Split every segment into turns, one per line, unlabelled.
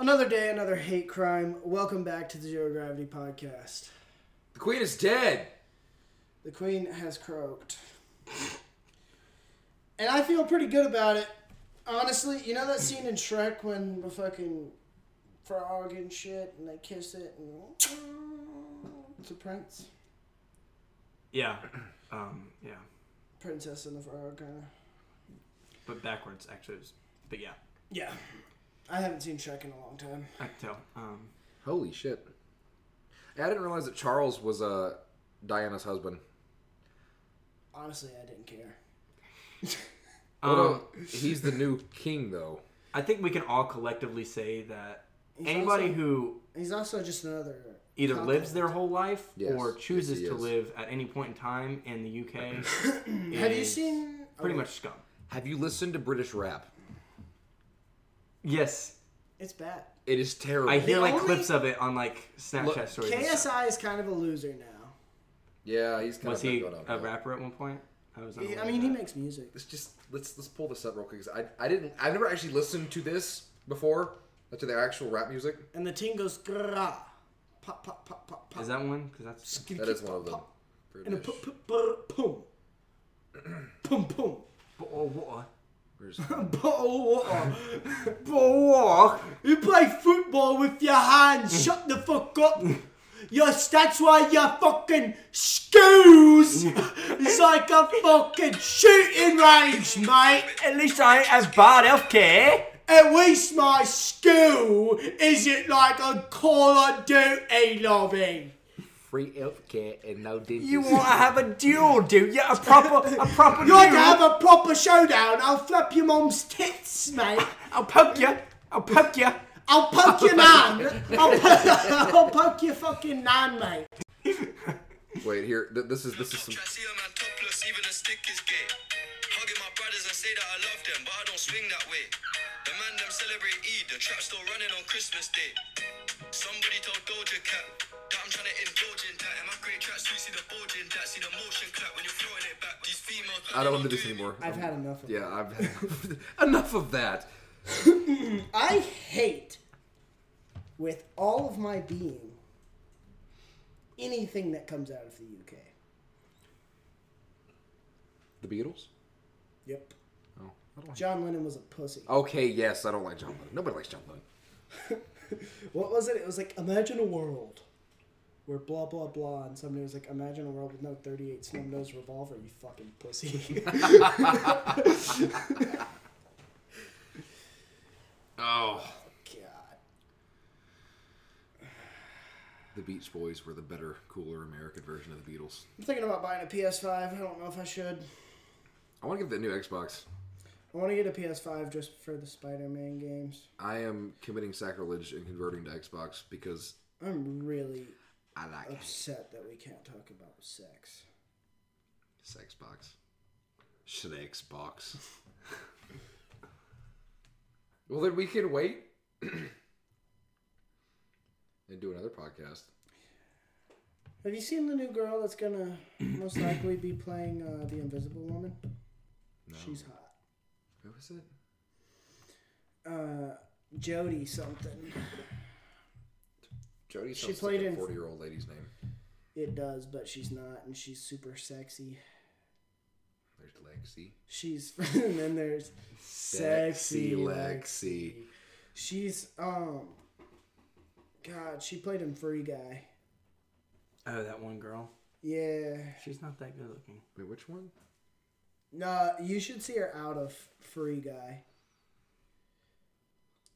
Another day, another hate crime. Welcome back to the Zero Gravity Podcast.
The queen is dead.
The Queen has croaked. And I feel pretty good about it. Honestly, you know that scene in Shrek when the fucking frog and shit and they kiss it and it's a prince.
Yeah. Um, yeah.
Princess and the frog kinda.
But backwards, actually. It was, but yeah,
Yeah. I haven't seen Shrek in a long time.
I can tell. Um,
Holy shit. Yeah, I didn't realize that Charles was uh, Diana's husband.
Honestly, I didn't care.
Although,
um,
he's the new king, though.
I think we can all collectively say that
He's
anybody
also-
who
He's also just another
either
cop
lives
out.
their whole life
Yes.
or
Yes,
chooses
he
to
is.
live at any point in time in the UK.
Have you
is
seen
Pretty
oh,
much scum.
Have you listened to British rap?
Yes.
It's bad.
It is terrible.
I hear like
only-
clips of it on like Snapchat
Look,
stories. and stuff.
KSI is kind of a loser now.
yeah, he's kind
Was
of
he
fucked up,
a
yeah.
rapper at one point? I was.
He-
unaware
I
of
mean, he
that.
makes music.
Let's just let's let's pull this up real quick. 'cause I I didn't I never actually listened to this before, uh, to the actual rap music.
And the team goes grah. Pop, pop, pop, pop, pop.
Is that one? Because that's
Skitty,
That is
pop,
one of them.
pop. And a
British.
pum, pum, pum. Pum, pum.
oh, what?
Where's-
Bo- Bo- You play football with your hands. Shut the fuck up. Yes, that's why your fucking schools is like a fucking shooting range, mate.
At least I ain't as bad healthcare.
At least my school isn't like a Call of Duty lobby.
Free healthcare and no dentist.
to have a duel, do you? A proper, a proper
You want to have a proper showdown? I'll flap your mom's tits, mate.
I'll poke you. I'll poke you.
I'll poke your nan. I'll, po- I'll poke your fucking nan, mate.
Wait here. Th- this is this is some
Try see a man topless, even a stick is gay. Hugging my brothers and say that I love them, but I don't swing that way. The man them celebrate Eid, the trap still running on Christmas Day. Somebody told Doja Cat that I'm trying to indulge in that. And my great tracks, you see the bulging that, see the motion clap when you're throwing it back. These females,
I don't want to do this anymore.
I've had enough of it.
Yeah, I've enough of that.
I hate with all of my being anything that comes out of the UK.
The Beatles.
Yep.
Oh, I don't like.
John Lennon was a pussy.
Okay, yes, I don't like John Lennon. Nobody likes John Lennon.
What was it? It was like imagine a world where blah blah blah, and somebody was like, imagine a world with no 38 snub nose revolver, you fucking pussy.
Oh,
God.
the Beach Boys were the better, cooler American version of the Beatles.
I'm thinking about buying a PS5. I don't know if I should.
I want to give the new Xbox.
I want to get a PS5 just for the Spider-Man games.
I am committing sacrilege and converting to Xbox because
I'm really
I like
upset that we can't talk about sex.
Sexbox. Shit, Xbox. well, then we can wait and do another podcast.
Have you seen the new girl that's gonna most likely be playing uh, the Invisible Woman? She's hot.
Who was it?
Uh, Jodie something.
Jodie
She
sounds she
played
like a
in-
forty-year-old lady's name.
It does, but she's not, and she's super sexy.
There's Lexi.
She's and then there's sexy
Sexy
Lexi.
Lexi.
She's um, God, she played in Free Guy.
Oh, that one girl.
Yeah,
She's not that good looking.
Wait, which one?
nah, you should see her out of Free Guy.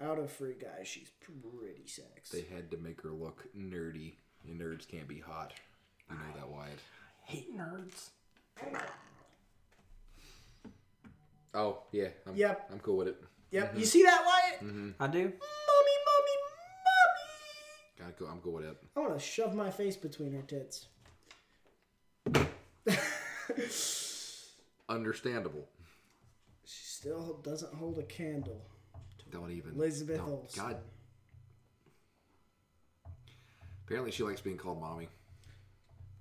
Out of Free Guy, she's pretty sexy.
They had to make her look nerdy. And nerds can't be hot. You know that, Wyatt.
Hate nerds.
Oh yeah. I'm,
Yep.
I'm cool with it.
Yep, you see that, Wyatt?
I do.
Mommy, mommy, mommy.
Kinda cool. I'm cool with it.
I want to shove my face between her tits.
Understandable.
She still doesn't hold a candle.
Don't even.
Elizabeth
don't.
Olsen.
God. Apparently, she likes being called mommy.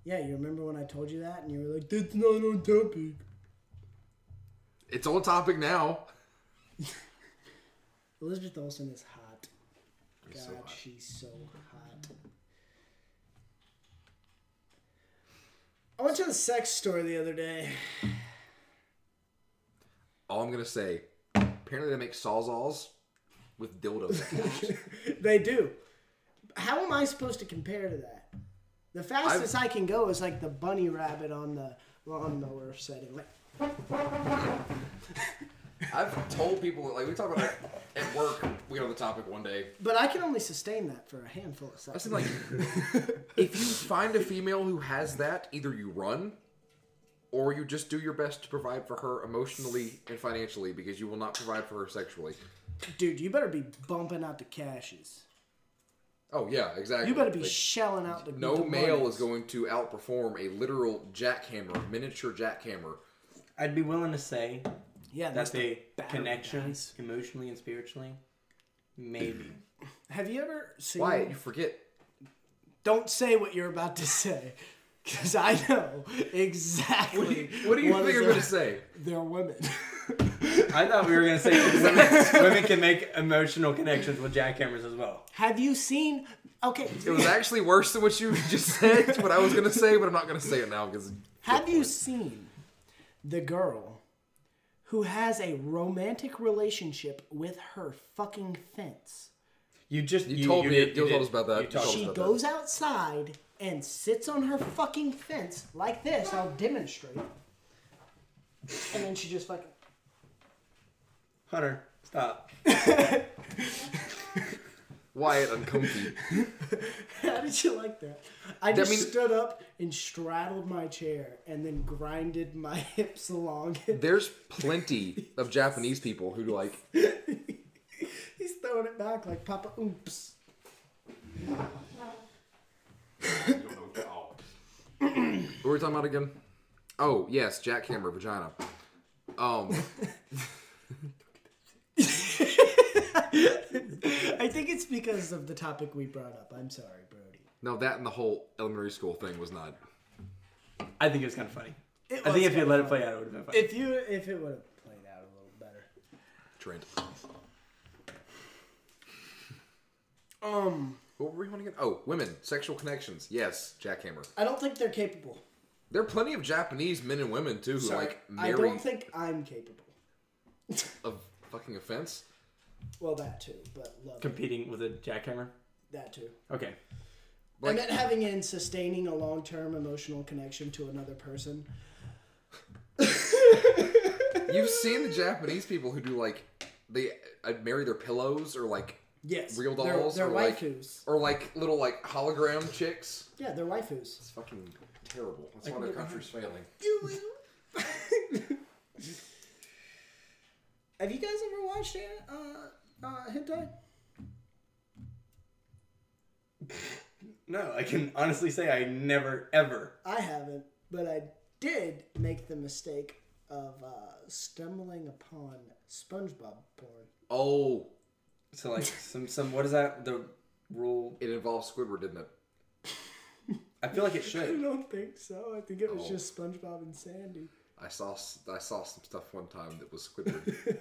Yeah, you remember when I told you that and you were like, that's not on topic.
It's on topic now.
Elizabeth Olsen is hot.
She's so
God,
hot.
she's so hot. I went to the sex store the other day.
All I'm gonna say, apparently they make sawzalls with dildos. attached.
They do. How am I supposed to compare to that? The fastest i can go is like the bunny rabbit on the lawnmower setting. Like,
I've told people like we talk about like, at work. We got on the topic one day.
but I can only sustain that for a handful of
I
seconds.
said like, if you find a female who has that, either you run, or you just do your best to provide for her emotionally and financially because you will not provide for her sexually.
Dude, you better be bumping out the cashes.
Oh yeah, exactly.
You better be
Like,
shelling out the
no
the
male
money.
is going to outperform a literal jackhammer, miniature jackhammer.
I'd be willing to say
Yeah,
that
that's
the
battery
connection
guys.
emotionally and spiritually, maybe.
Have you ever seen?
Why? You forget.
Don't say what you're about to say, because I know exactly. What do you,
What do you think I'm gonna say?
They're women.
I thought we were gonna say women, women can make emotional connections with jackhammers as well.
Have you seen? Okay.
It was actually worse than what you just said. What I was gonna say, but I'm not gonna say it now because
Have you seen the girl who has a romantic relationship with her fucking fence?
You just
You told me-
did-
you told
did-
us about that.
you
You
told
told
us.
She
about
goes outside and sits on her fucking fence like this. I'll demonstrate. And then she just fucking.
Hunter, stop.
Wyatt uncomfy.
How did you like that? I just
means-
stood up and straddled my chair and then grinded my hips along.
There's plenty of Japanese people who like
He's throwing it back like Papa Oops.
What were we talking about again? Oh yes, jackhammer vagina. Um,
I think it's because of the topic we brought up. I'm sorry, Brody.
no, that and the whole elementary school thing was not.
I think it was kind of funny.
It
I
was
think if
kinda
you had let
funny.
it play out, it would have been funny.
If you if it would have played out a little better.
Trent.
Um,
What were we on again? Oh, women, sexual connections. Yes, jackhammer.
I don't think they're capable.
There are plenty of Japanese men and women too who
Sorry,
like
I
marry
don't think I'm capable.
of fucking offense.
Well, that too, but love it.
Competing with a jackhammer.
that too.
Okay.
and
Like-
then having and sustaining a long-term emotional connection to another person.
You've seen the Japanese people who do like they uh, marry their pillows or like
Yes,
real
they're-
dolls
They're,
or
waifus.
like or like little like hologram chicks.
Yeah, they're waifus.
It's fucking terrible. That's why the country's failing.
Have you guys ever watched uh, uh, hentai?
No, I can honestly say I never ever.
I haven't, but I did make the mistake of uh, stumbling upon SpongeBob porn.
Oh,
So like some some what is that the rule?
it involves Squidward, didn't it?
I feel like it
I
should.
don't think so. I think it was
Oh.
just SpongeBob and Sandy.
I saw s- I saw some stuff one time that was Squidward.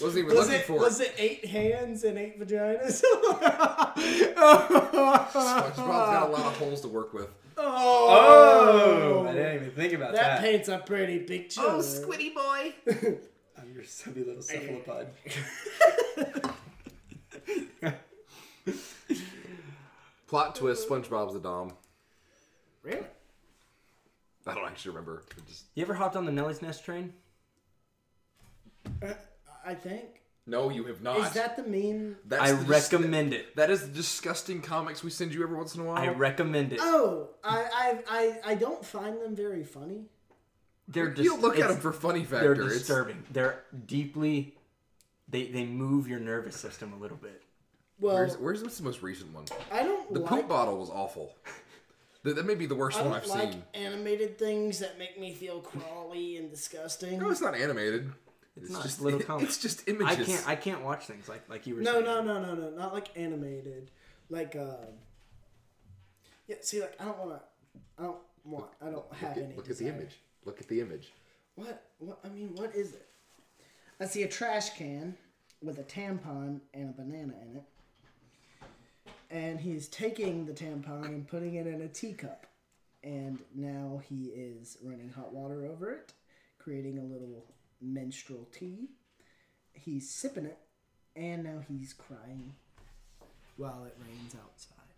Wasn't even
Was
looking
it
for
was
it.
it eight hands and eight vaginas?
SpongeBob's got a lot of holes to work with.
Oh, I didn't even think about
that
that.
paints a pretty picture. Oh, Squiddy!
I'm your stubby little cephalopod.
Plot twist: SpongeBob's the dom.
Really?
I don't actually remember. It just-
You ever hopped on the Nelly's Nest train?
I think.
no, you have not.
Is that the meme?
That's
I
the dis-
recommend it.
that is the disgusting comics we send you every once in a while.
I recommend
Uh,
it.
Oh, I I I, I don't find them very funny.
They're
you don't look at them for funny factor.
They're
It's-
disturbing. They're deeply. They they move your nervous system a little bit.
Well,
Where's, where's what's the most recent one?
I don't
The
like
poop bottle was awful. That, that may be the worst
I
one
don't
I've
like
seen.
animated things that make me feel crawly and disgusting.
No, it's not animated. It's,
not.
just
Little
it-
comics.
It's just
I
images.
can't I can't watch things like like you were
No,
saying.
no, no, no, no. Not like animated. Like uh Yeah, see like I don't wanna I don't want I don't have any
Look at the
desire.
image. Look at the image.
What what I mean, what is it? I see a trash can with a tampon and a banana in it. and he's taking the tampon and putting it in a teacup. And now he is running hot water over it, creating a little menstrual tea. He's sipping it, and now he's crying while it rains outside.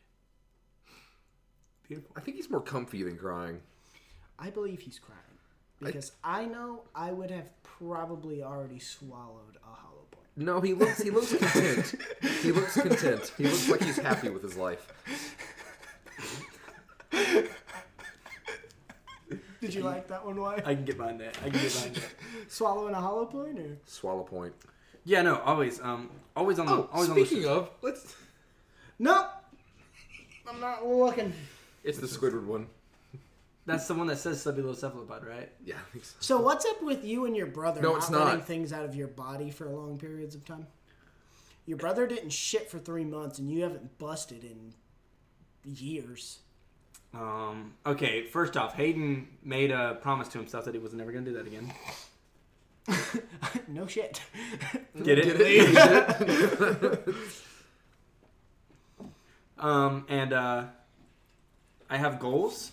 Beautiful.
I think he's more comfy than crying.
I believe he's crying because I, know I would have probably already swallowed a hollow point.
No, he looks he looks content. he looks content. He looks like he's happy with his life.
Did you like that one, Why?
I can get behind that. I can get behind that.
Swallowing a hollow point, or
Swallow point.
Yeah, no, always, um, always on the, always on
Oh, speaking
the.
of, let's.
nope? I'm not looking.
It's the Squidward one.
That's the one that says stubby little cephalopod, right?
Yeah. I think so.
So what's up with you and your brother
No,
not,
it's not.
letting things out of your body for long periods of time? Your brother didn't shit for three months, and you haven't busted in years.
Um, okay, first off, Hayden made a promise to himself that he was never gonna do that again.
No shit.
Get it?
Get it?
Um, and uh, I have goals.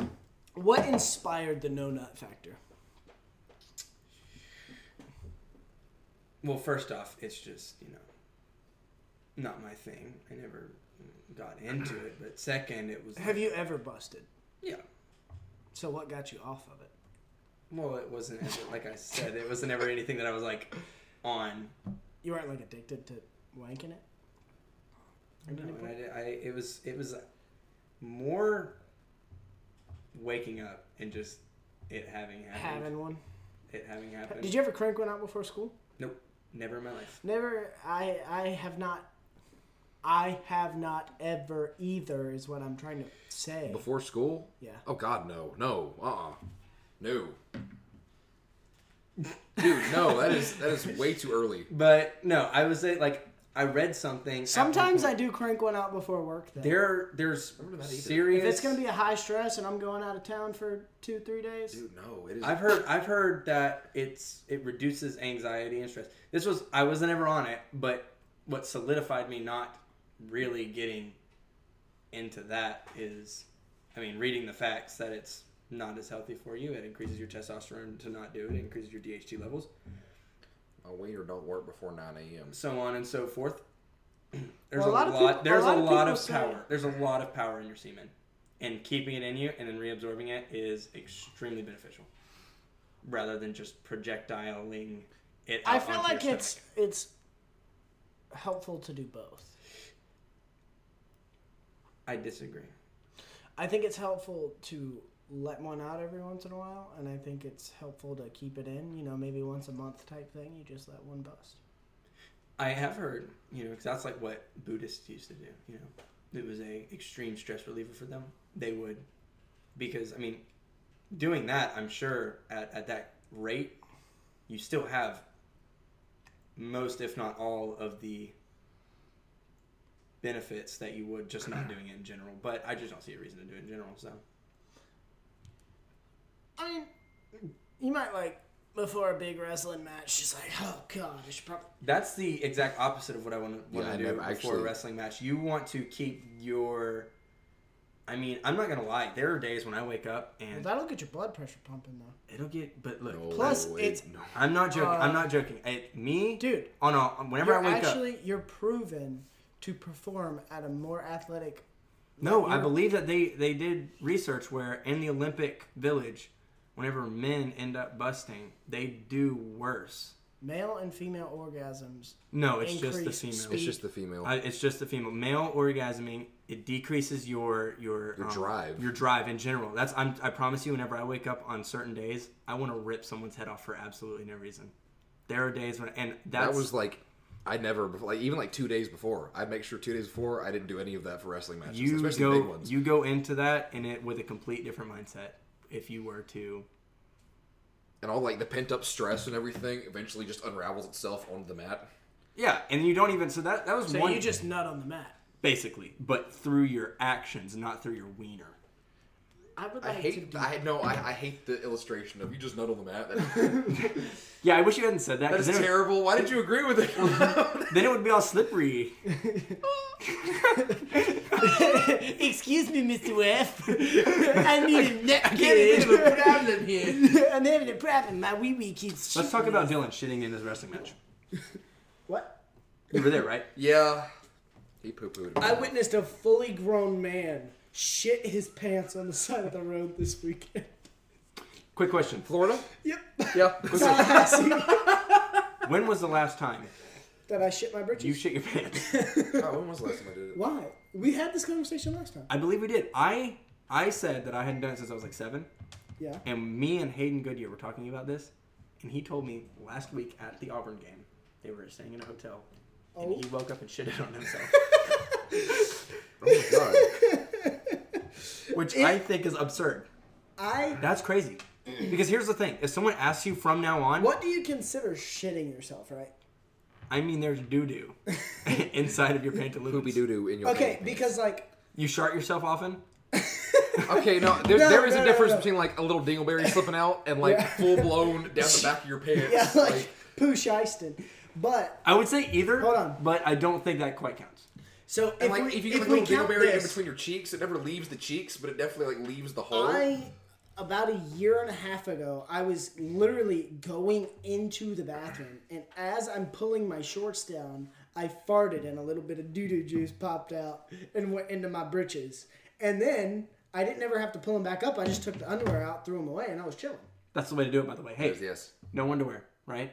what inspired the no nut factor?
Well, first off, it's just you know, not my thing. I never got into it. But second, it was
Have you ever busted?
Yeah.
So what got you off of it?
Well, it wasn't ever, like I said. It wasn't ever anything that I was like on.
You weren't like addicted to wanking it.
No, and I, did- I it was it was more waking up and just it having happened.
Having one.
It having happened.
Did you ever crank one out before school?
Nope. Never in my life.
Never. I I have not. I have not ever either is what I'm trying to say.
Before school?
Yeah.
Oh God, no, no, uh, uh no. Dude, no, that is that is way too early.
But no, I was say like I read something. at one
Sometimes I
point.
do crank one out before work. Though.
There, there's serious.
if it's gonna be a high stress and I'm going out of town for two three days,
Dude, no, it is.
I've heard I've heard that it's it reduces anxiety and stress. This was I wasn't ever on it, but what solidified me not really getting into that is I mean reading the facts that it's not as healthy for you. It increases your testosterone to not do it. It increases your DHT levels,
My wiener don't work before 9 a.m.
so on and so forth. There's
Well,
a lot.
of people- a
there's a
lot
lot
of people
of,
say-
power. There's a lot of power in your semen, and keeping it in you and then reabsorbing it is extremely beneficial, rather than just projectiling it.
I
out
feel
onto
like
your
it's
stomach.
it's helpful to do both.
I disagree.
I think it's helpful to let one out every once in a while, and I think it's helpful to keep it in. You know, maybe once a month type thing. You just let one bust.
I have heard, you know, because that's like what Buddhists used to do. You know, it was a extreme stress reliever for them. They would, because I mean, doing that, I'm sure at at that rate, you still have most, if not all, of the benefits that you would just not doing it in general. But I just don't see a reason to do it in general. So
I mean, you might like before a big wrestling match, she's like, "Oh God, I should probably."
that's the exact opposite of what I want to want
Yeah, I
to do
never
before
actually-
a wrestling match. You want to keep your. I mean, I'm not gonna lie. There are days when I wake up
Well,
and
that'll get your blood pressure pumping though.
it'll get. But look,
No,
Plus,
wait,
it's-
no.
I'm not joking.
Uh,
I'm not joking. It, me,
Dude,
On a, whenever I
you're
wake up,
actually you're proven to perform at a more athletic
no, I
you're-
believe that they they did research where in the Olympic Village, whenever men end up busting, they do worse.
male and female orgasms.
No, it's just the
Increased
female.
speed.
It's just the female.
Uh, it's just the female. Male orgasming it decreases your your um,
Your drive.
Your drive in general. That's I'm, I promise you. Whenever I wake up on certain days, I want to rip someone's head off for absolutely no reason. There are days when and that's,
that was like, I never like even like two days before. I'd make sure two days before I didn't do any of that for wrestling matches,
you
especially big
go
ones.
you go into that and it with a complete different mindset. If you were to
and all like the pent up stress and everything eventually just unravels itself onto the mat.
yeah, and you don't even so that that was
So
one
you just nut on the mat.
basically, but through your actions, not through your wiener.
I would
I
like to
hate.
do
I no. I, I hate the illustration of you just nut on the mat. That,
Yeah, I wish you hadn't said that.
that
'cause
is
then it-
terrible. Why did you agree with it?
then it would be all slippery.
Excuse me, Mr. F. I need a
Getting into
napkin.
a problem here.
I'm having a problem. My wee wee keeps.
Let's talk about Dylan shitting in his wrestling match.
What?
You were there, right?
Yeah. He poo pooed.
I witnessed a fully grown man shit his pants on the side of the road this weekend.
Quick question.
Florida?
Yep.
Yeah.
When was the last time
That I shit my britches.
you shit your pants?
oh, when was the last time I did it?
Why? We had this conversation last time.
I believe we did. I I said that I hadn't done it since I was like seven,
Yeah.
and me and Hayden Goodyear were talking about this, and he told me last week at the Auburn game they were staying in a hotel, and
Oh.
he woke up and shitted on himself,
Oh my god.
which I think is absurd.
I.
That's crazy. Because here's the thing: if someone asks you from now on,
What do you consider shitting yourself, right?
I mean, there's doo doo inside of your pantaloons.
Poopy doo doo in your
Okay,
pants.
because like
You shart yourself often.
Okay, no, there,
No,
there is
no,
a
no,
difference
no.
between like a little dingleberry slipping out and like
Yeah.
full blown down the back of your pants.
yeah,
like,
like poo Shyston. But
I would say either.
Hold on.
but I don't think that quite counts.
so if
and like
we,
if you
if
get a
we
little
count
dingleberry in
this,
between your cheeks, it never leaves the cheeks, but it definitely like leaves the hole.
I about a year and a half ago, I was literally going into the bathroom, and as I'm pulling my shorts down, I farted and a little bit of doo doo juice popped out and went into my britches, and then I didn't ever have to pull them back up. I just took the underwear out, threw them away, and I was chilling.
That's the way to do it, by the way. Hey,
yes.
no underwear, right?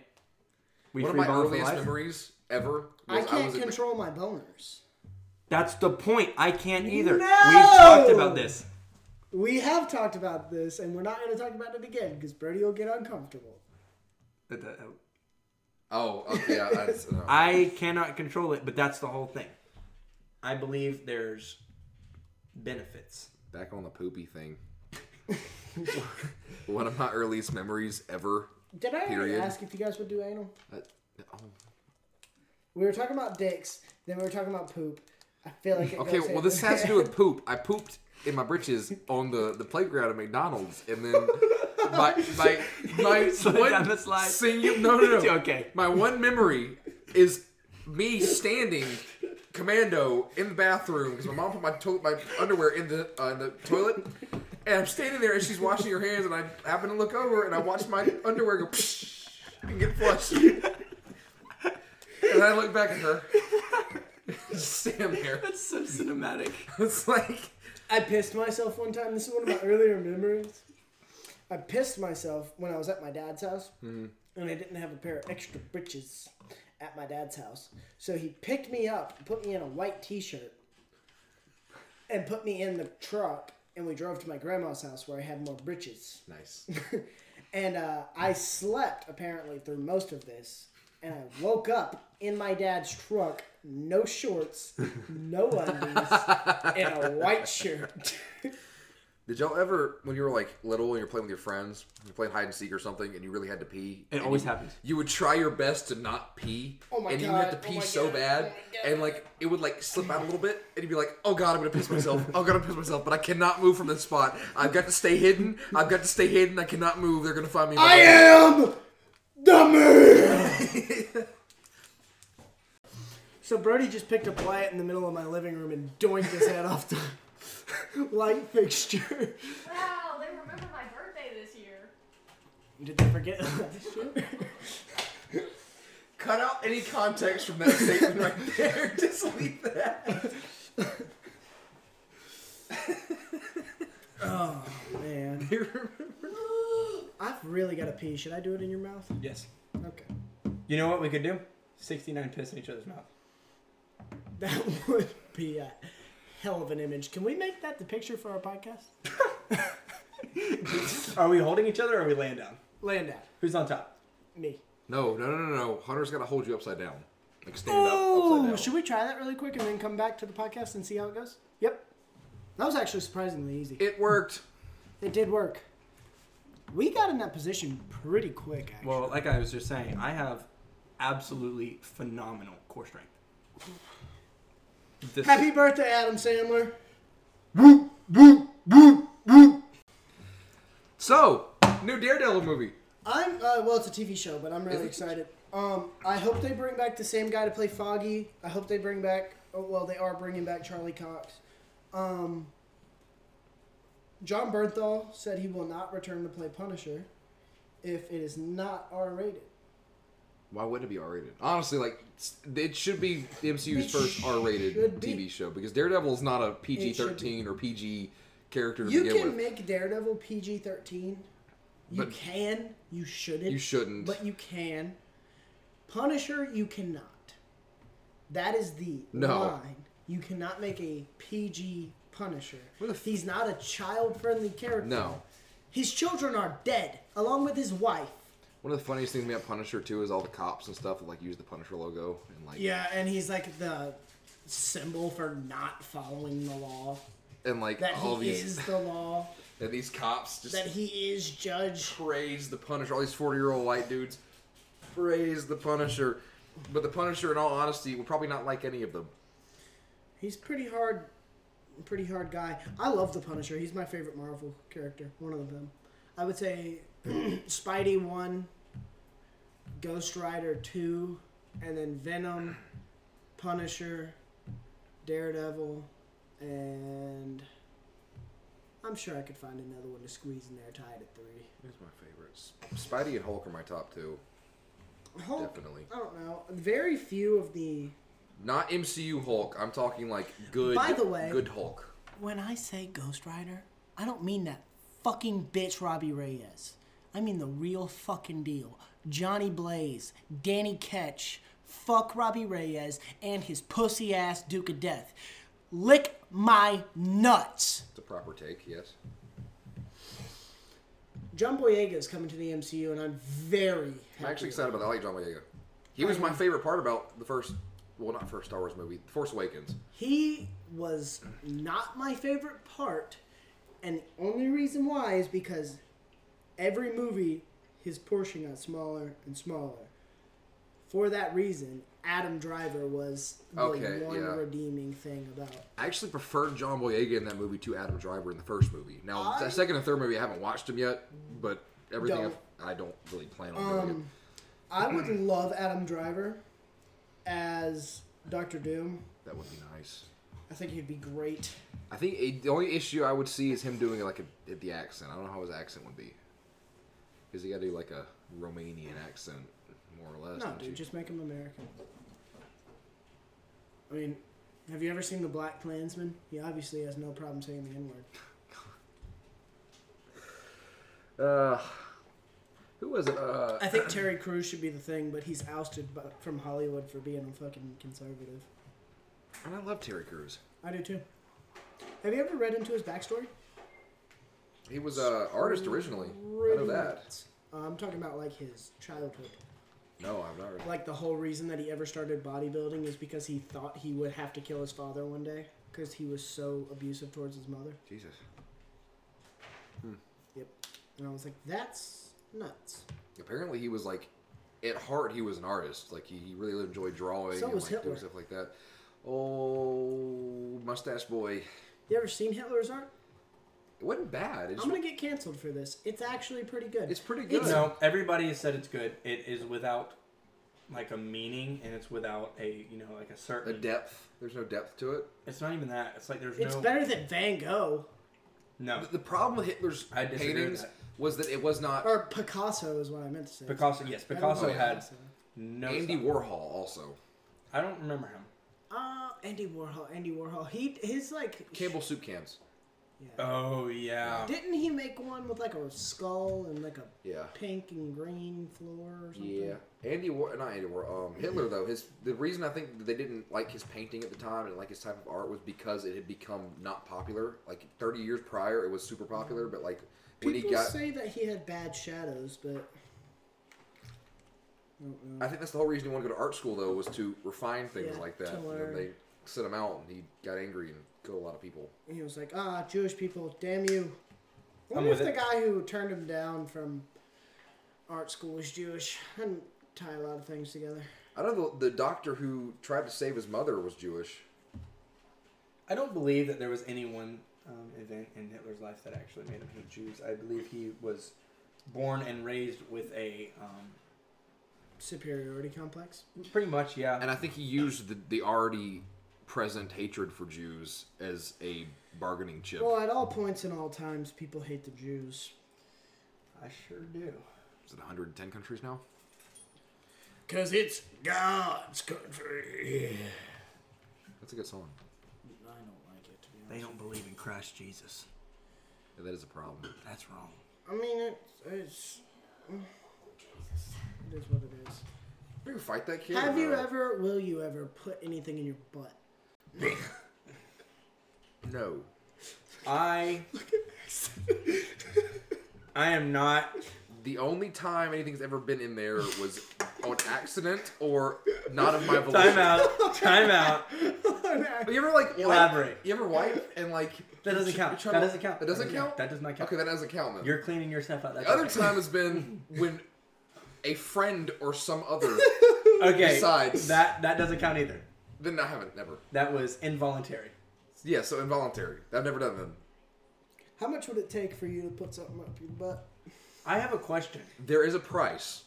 We
One of
free
my
ball for
earliest
life.
memories ever
I
was I,
can't
was at
control my boners.
That's the point. I can't either.
No!
We've talked about this.
We have talked about this, and we're not going to talk about it again because Brody will get uncomfortable.
That- that- that-
Oh, okay. I, I, no.
I cannot control it, but that's the whole thing. I believe there's benefits.
Back on the poopy thing. One of my earliest memories ever.
Did I already
Period.
ask if you guys would do anal?
Uh, oh.
We were talking about dicks, then we were talking about poop. I feel like it
Okay,
goes
well
in.
this has to do with poop. I pooped in my britches on the, the playground at McDonald's, and then my my my
Slid
one
down the slide.
singu- no no no
Okay.
My one memory is me standing commando in the bathroom because my mom put my to- my underwear in the uh, in the toilet, and I'm standing there and she's washing her hands, and I happen to look over and I watch my underwear go and get flushed. And I look back at her. Just stand there.
That's so cinematic.
It's like
I pissed myself one time. This is one of my earlier memories. I pissed myself when I was at my dad's house,
Mm-hmm.
and I didn't have a pair of extra britches at my dad's house. So he picked me up, put me in a white T-shirt, and put me in the truck, and we drove to my grandma's house where I had more britches.
nice.
And uh, I slept apparently through most of this, and I woke up in my dad's truck, no shorts, no undies, and a white shirt.
Did y'all ever, when you were like little and you're playing with your friends, you're playing hide and seek or something, and you really had to pee?
It
and
always
you-
happens.
You would try your best to not pee,
Oh my
and you
God,
would have to
oh
pee
my
so
God,
bad,
oh my God.
and like it would like slip out a little bit, and you'd be like, "Oh God, I'm gonna piss myself! Oh God, I'm gonna piss myself!" But I cannot move from this spot. I've got to stay hidden. I've got to stay hidden. I cannot move. They're gonna find me. in my
I
bed."
am the man. so Brody just picked up Wyatt in the middle of my living room and doinked his head off the light fixture.
Wow, they remember my birthday this year.
Did they forget last year?
Cut out any context from that statement right there. Just leave that.
Man, I've really got to pee. Should I do it in your mouth?
Yes.
Okay.
You know what we could do? 69 piss in each other's mouth.
That would be a hell of an image. Can we make that the picture for our podcast?
Are we holding each other or are we laying down?
Land out.
Who's on top?
Me.
No, no, no, no, no. Hunter's gotta hold you upside down. Like stand up. Upside
Oh,
down.
should we try that really quick and then come back to the podcast and see how it goes? Yep. That was actually surprisingly easy.
It worked.
It did work. We got in that position pretty quick, actually.
Well, like I was just saying, I have absolutely phenomenal core strength. This-
Happy birthday, Adam Sandler.
So, new Daredevil movie.
I'm uh, well, it's a TV show, but I'm really excited. Um, I hope they bring back the same guy to play Foggy. I hope they bring back. Oh, well, they are bringing back Charlie Cox. Um, John Bernthal said he will not return to play Punisher if it is not R rated.
Why would it be R rated? Honestly, like s- it should be the MCU's
It
first R rated
should be.
TV show because Daredevil's not a PG
should be.
thirteen or PG character to
You
begin
can
with.
make Daredevil PG 13. You
But-
can. You shouldn't.
you shouldn't.
But you can. Punisher, you cannot. That is the
No.
line. You cannot make a PG Punisher.
What the f-
He's not a child friendly character.
No.
His children are dead, along with his wife.
One of the funniest things about Punisher too is all the cops and stuff like use the Punisher logo and like
Yeah, and he's like the symbol for not following the law.
and like
That
all
he
these
is the law.
and these cops just
That he is judge.
praise the Punisher. All these forty-year-old white dudes praise the Punisher, but the Punisher, in all honesty, will probably not like any of them.
He's pretty hard, pretty hard guy. I love the Punisher. He's my favorite Marvel character. One of them. I would say Spidey one, Ghost Rider two, and then Venom, Punisher, Daredevil, and I'm sure I could find another one to squeeze in there, tied at three.
Who's my favorite? Spidey and Hulk are my top two.
Hulk.
Definitely.
I don't know. Very few of the
Not MCU Hulk. I'm talking like good.
By the way-
good Hulk.
When I say Ghost Rider, I don't mean that fucking bitch Robbie Reyes. I mean the real fucking deal. Johnny Blaze, Danny Ketch, fuck Robbie Reyes and his pussy ass Duke of Death. Lick my nuts.
It's a proper take. Yes.
John Boyega is coming to the MCU, and I'm very happy.
I'm actually excited about that. I like John Boyega. He was my favorite part about the first, well, not first Star Wars movie, The Force Awakens.
He was not my favorite part, and the only reason why is because every movie his portion got smaller and smaller. For that reason, Adam Driver was the
Okay,
one
yeah.
redeeming thing about.
I actually preferred John Boyega in that movie to Adam Driver in the first movie. Now,
I-
the second and third movie, I haven't watched them yet, but everything
Don't. Um.
I've, I don't really plan on doing it.
I would love Adam Driver as Doctor Doom.
That would be nice.
I think he'd be great.
I think it, the only issue I would see is him doing like a, the accent. I don't know how his accent would be, because he got to do like a Romanian accent, more or less.
No,
don't
dude,
you?
just make him American. I mean, have you ever seen the Black Klansman? He obviously has no problem saying the N word.
Uh, who was it? Uh,
I think Terry Crews should be the thing, but he's ousted bu- from Hollywood for being a fucking conservative.
and I love Terry Crews.
I do too. Have you ever read into his backstory?
He was an artist originally. I know
Pretty
that.
nuts. Uh, I'm talking about like his childhood.
No, I've not read.
Like the whole reason that he ever started bodybuilding is because he thought he would have to kill his father one day because he was so abusive towards his mother.
Jesus.
Yep. And I was like, that's nuts.
Apparently, he was like, at heart, he was an artist. Like he, he really enjoyed drawing
So
and
was
like doing
Hitler.
stuff like that. Oh, mustache boy.
You ever seen Hitler's art?
It wasn't bad. It
I'm
just,
gonna get canceled for this. It's actually pretty good.
it's pretty good.
No, everybody has said it's good. It is without like a meaning, and it's without a you know like a
The
certain.
depth. There's no depth to it.
It's not even that. It's like there's
It's
no.
better than Van Gogh
No,
The problem with Hitler's
I disagree with
paintings
that.
was that it was not
or Picasso is what I meant to say.
Picasso. Yes, Picasso
Oh, yeah.
had no.
Andy
style.
Warhol. Also,
I don't remember him.
Uh, Andy Warhol. Andy Warhol. He his like.
Campbell soup cans.
Oh yeah.
Didn't he make one with like a skull and like a
Yeah.
pink and green floor or something?
Yeah, Andy War, not Andy War, um, Hitler though. His the reason I think they didn't like his painting at the time and like his type of art was because it had become not popular. Like 30 years prior, it was super popular, but like when
People
he got,
say that he had bad shadows, but I don't know.
I think that's the whole reason he wanted to go to art school though was to refine things
Yeah,
like that.
to
And then
learn.
they sent him out, and he got angry and killed a lot of people.
He was like, ah, Jewish people, damn you. I
I'm
wonder if
with
the
it.
guy who turned him down from art school was Jewish. I didn't tie a lot of things together.
I know the, the doctor who tried to save his mother was Jewish.
I don't believe that there was any one um, event in Hitler's life that actually made him hate Jews. I believe he was born and raised with a um,
Superiority complex.
pretty much yeah.
And I think he used the, the already present hatred for Jews as a bargaining chip.
Well, at all points and all times, people hate the Jews.
I sure do.
Is it 110 countries now?
Because it's God's country.
That's a good song.
I don't like it, to be honest.
They don't believe in Christ Jesus.
Yeah, that is a problem.
That's wrong.
I mean, it, it's. It is what it is.
You can fight that kid.
Have
or
you
not?
ever, will you ever put anything in your butt?
No.
I. I am not.
The only time anything's ever been in there was on accident or not of my volition.
Time out. Time out.
But you ever like wipe-
Elaborate.
you ever wipe and like
That doesn't
you
count.
try
That
to-
doesn't count.
That doesn't
Yeah,
count.
that does not count.
Okay, that doesn't count then.
You're cleaning your stuff out. That
the other
doesn't
time has been when a friend or some other.
count. Okay.
Besides-
That that doesn't count either.
then I haven't never.
That was involuntary.
Yeah, so involuntary. I've never done that.
How much would it take for you to put something up your butt?
I have a question.
There is a price.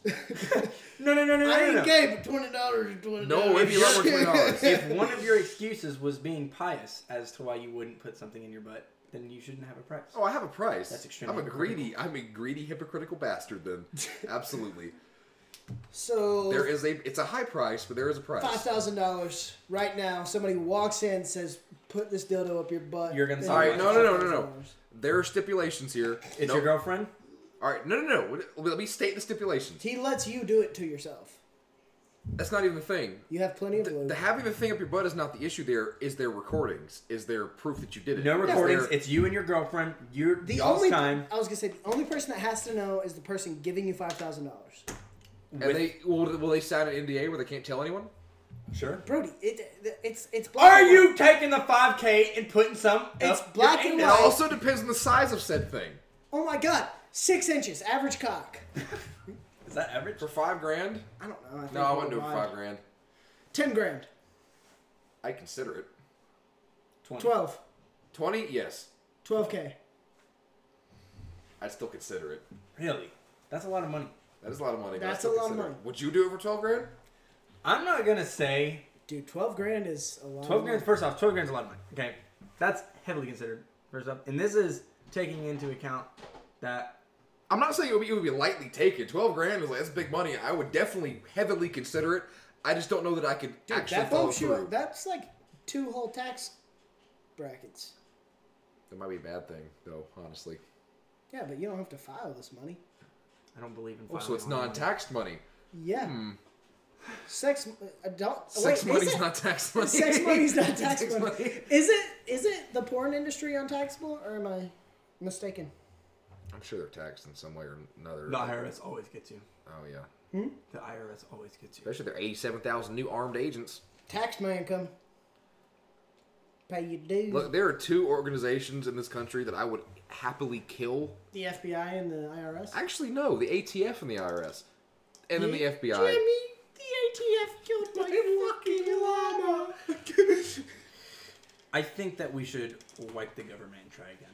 No, no, no, no,
I
no, no.
ain't gay, but twenty dollars is twenty
No, it'd be a lot more twenty dollars.
If one of your excuses was being pious as to why you wouldn't put something in your butt, then you shouldn't have a price.
Oh, I have a price.
That's extremely
I'm a greedy. I'm a greedy hypocritical bastard. Then, absolutely.
So
There is a. It's a high price, but there is a price.
five thousand dollars right now. Somebody walks in, says, "Put this dildo up your butt."
You're gonna
Then
say, "All right,
no, no, no, no, no."
$5,000.
There are stipulations here.
It's
No-
your girlfriend.
All right, no, no, no. Let me state the stipulations.
He lets you do it to yourself.
That's not even the thing.
You have plenty of
The,
lube.
the having the thing up your butt is not the issue. There is there recordings. Is there proof that you did it?
No
Is
recordings.
there-
It's you and your girlfriend. You're
The
y'all's
only
time.
I was gonna say the only person that has to know is the person giving you five thousand dollars.
and they will, will they sign an NDA where they can't tell anyone?
Sure.
Brody, it it's it's black.
Are
and
you
white.
taking the 5K and putting some?
It's
up
black
your
and
It
anus?
Right.
also depends on the size of said thing.
Oh my god, six inches, average cock.
Is that average?
For five grand?
I don't know. I think
No, I
we're
wouldn't do it for
wide.
five grand.
Ten grand,
I consider it.
20.
twelve,
Twenty? Yes,
twelve k.
I'd still consider it.
Really? That's a lot of money.
That is a lot of money. but I'd
That's
still
a lot of
consider it.
money.
Would you do it for twelve grand?
I'm not gonna say
Dude, twelve grand is a lot.
12
of
grand.
money.
First off, 12 grand's a lot of money. Okay, that's heavily considered. First off, and this is taking into account that
I'm not saying it would, be, it would be lightly taken. Twelve grand is like that's big money. I would definitely heavily consider it. I just don't know that I could actually
That
follow
bumps you
through.
up. That's like two whole tax brackets.
That might be a bad thing, though, honestly.
Yeah, but you don't have to file this money.
I don't believe in.
Oh, so
filing
it's
online.
non-taxed money.
Yeah. Sex adult
Hmm. Sex
wait,
money's
is it-
not taxed money.
Sex money's not tax
Sex
money. Is it is it the porn industry untaxable or am I mistaken?
I'm sure they're taxed in some way or another.
The IRS always gets you.
Oh yeah,
The IRS always gets you.
especially their eighty-seven thousand new armed agents.
Tax my income. Pay your dues.
Look, there are two organizations in this country that I would happily kill.
the FBI and the IRS.
Actually, no, the ATF and the IRS, and then the FBI.
the ATF killed my fucking llama.
I think that we should wipe the government and try again.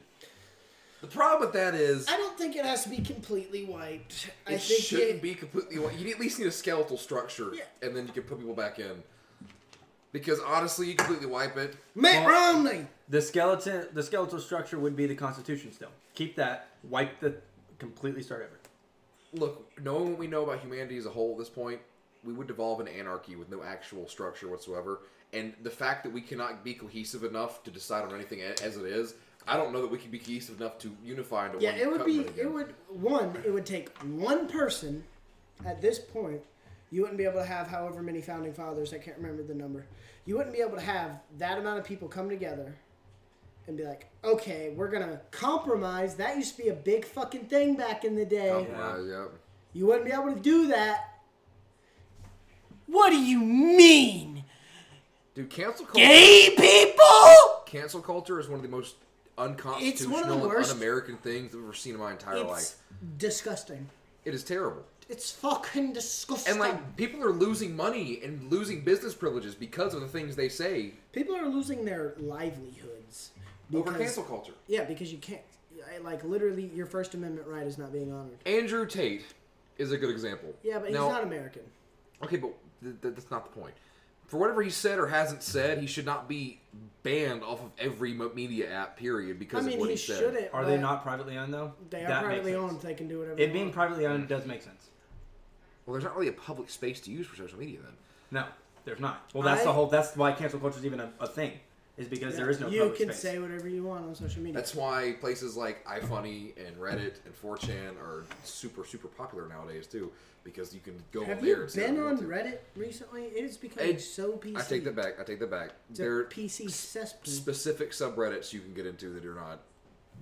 The problem with that is
I don't think it has to be completely wiped. I
it
think
shouldn't
it-
be completely. wa- You at least need a skeletal structure,
Yeah.
and then you can put people back in. Because honestly, you completely wipe it.
Mitt
Well-
Romney.
The skeleton, the skeletal structure would be the Constitution. Still, keep that. Wipe the completely start over.
Look, knowing what we know about humanity as a whole at this point, we would devolve into anarchy with no actual structure whatsoever. And the fact that we cannot be cohesive enough to decide on anything a- as it is, I don't know that we can be cohesive enough to unify into
Yeah,
one.
it would be.
government
It
again.
would one. It would take one person. At this point, you wouldn't be able to have however many founding fathers. I can't remember the number. You wouldn't be able to have that amount of people come together and be like, okay, we're gonna compromise. That used to be a big fucking thing back in the day.
Compromise, Oh, yeah.
You wouldn't be able to do that. What do you mean,
Dude, cancel culture.
gay people?
Cancel culture is one of the most unconstitutional
worst-
and un-American things I've ever seen in my entire life.
It's disgusting.
It is terrible.
It's fucking disgusting.
And like people are losing money and losing business privileges because of the things they say
People are losing their livelihoods
over
because-
cancel culture.
Yeah, because you can't. I- Like literally, your First Amendment right is not being honored.
Andrew Tate is a good example.
Yeah, but he's
Now-
not American.
Okay, but th- th- that's not the point. for whatever he said or hasn't said, he should not be banned off of every mo- media app. Period,
I
because of
mean,
what
he
he, said.
shouldn't.
Are they
but
not privately owned though?
They are
That makes
privately
sense.
owned. They can do whatever.
It
they
being
want.
privately owned does make sense.
Well, there's not really a public space to use for social media then.
No, there's not. Well, that's
I-
the whole. That's why cancel culture is even a, a thing, is because there is no.
You
public
can
space.
say whatever you want on social media.
That's why places like iFunny and Reddit and 4chan are super super popular nowadays too, because you can go
Have
on there.
you
and see
been
what
on
people do.
Reddit recently? It is becoming
Hey,
so PC.
I take that back. I take that back.
It's a
There are
PC cesspool.
specific subreddits you can get into that are not.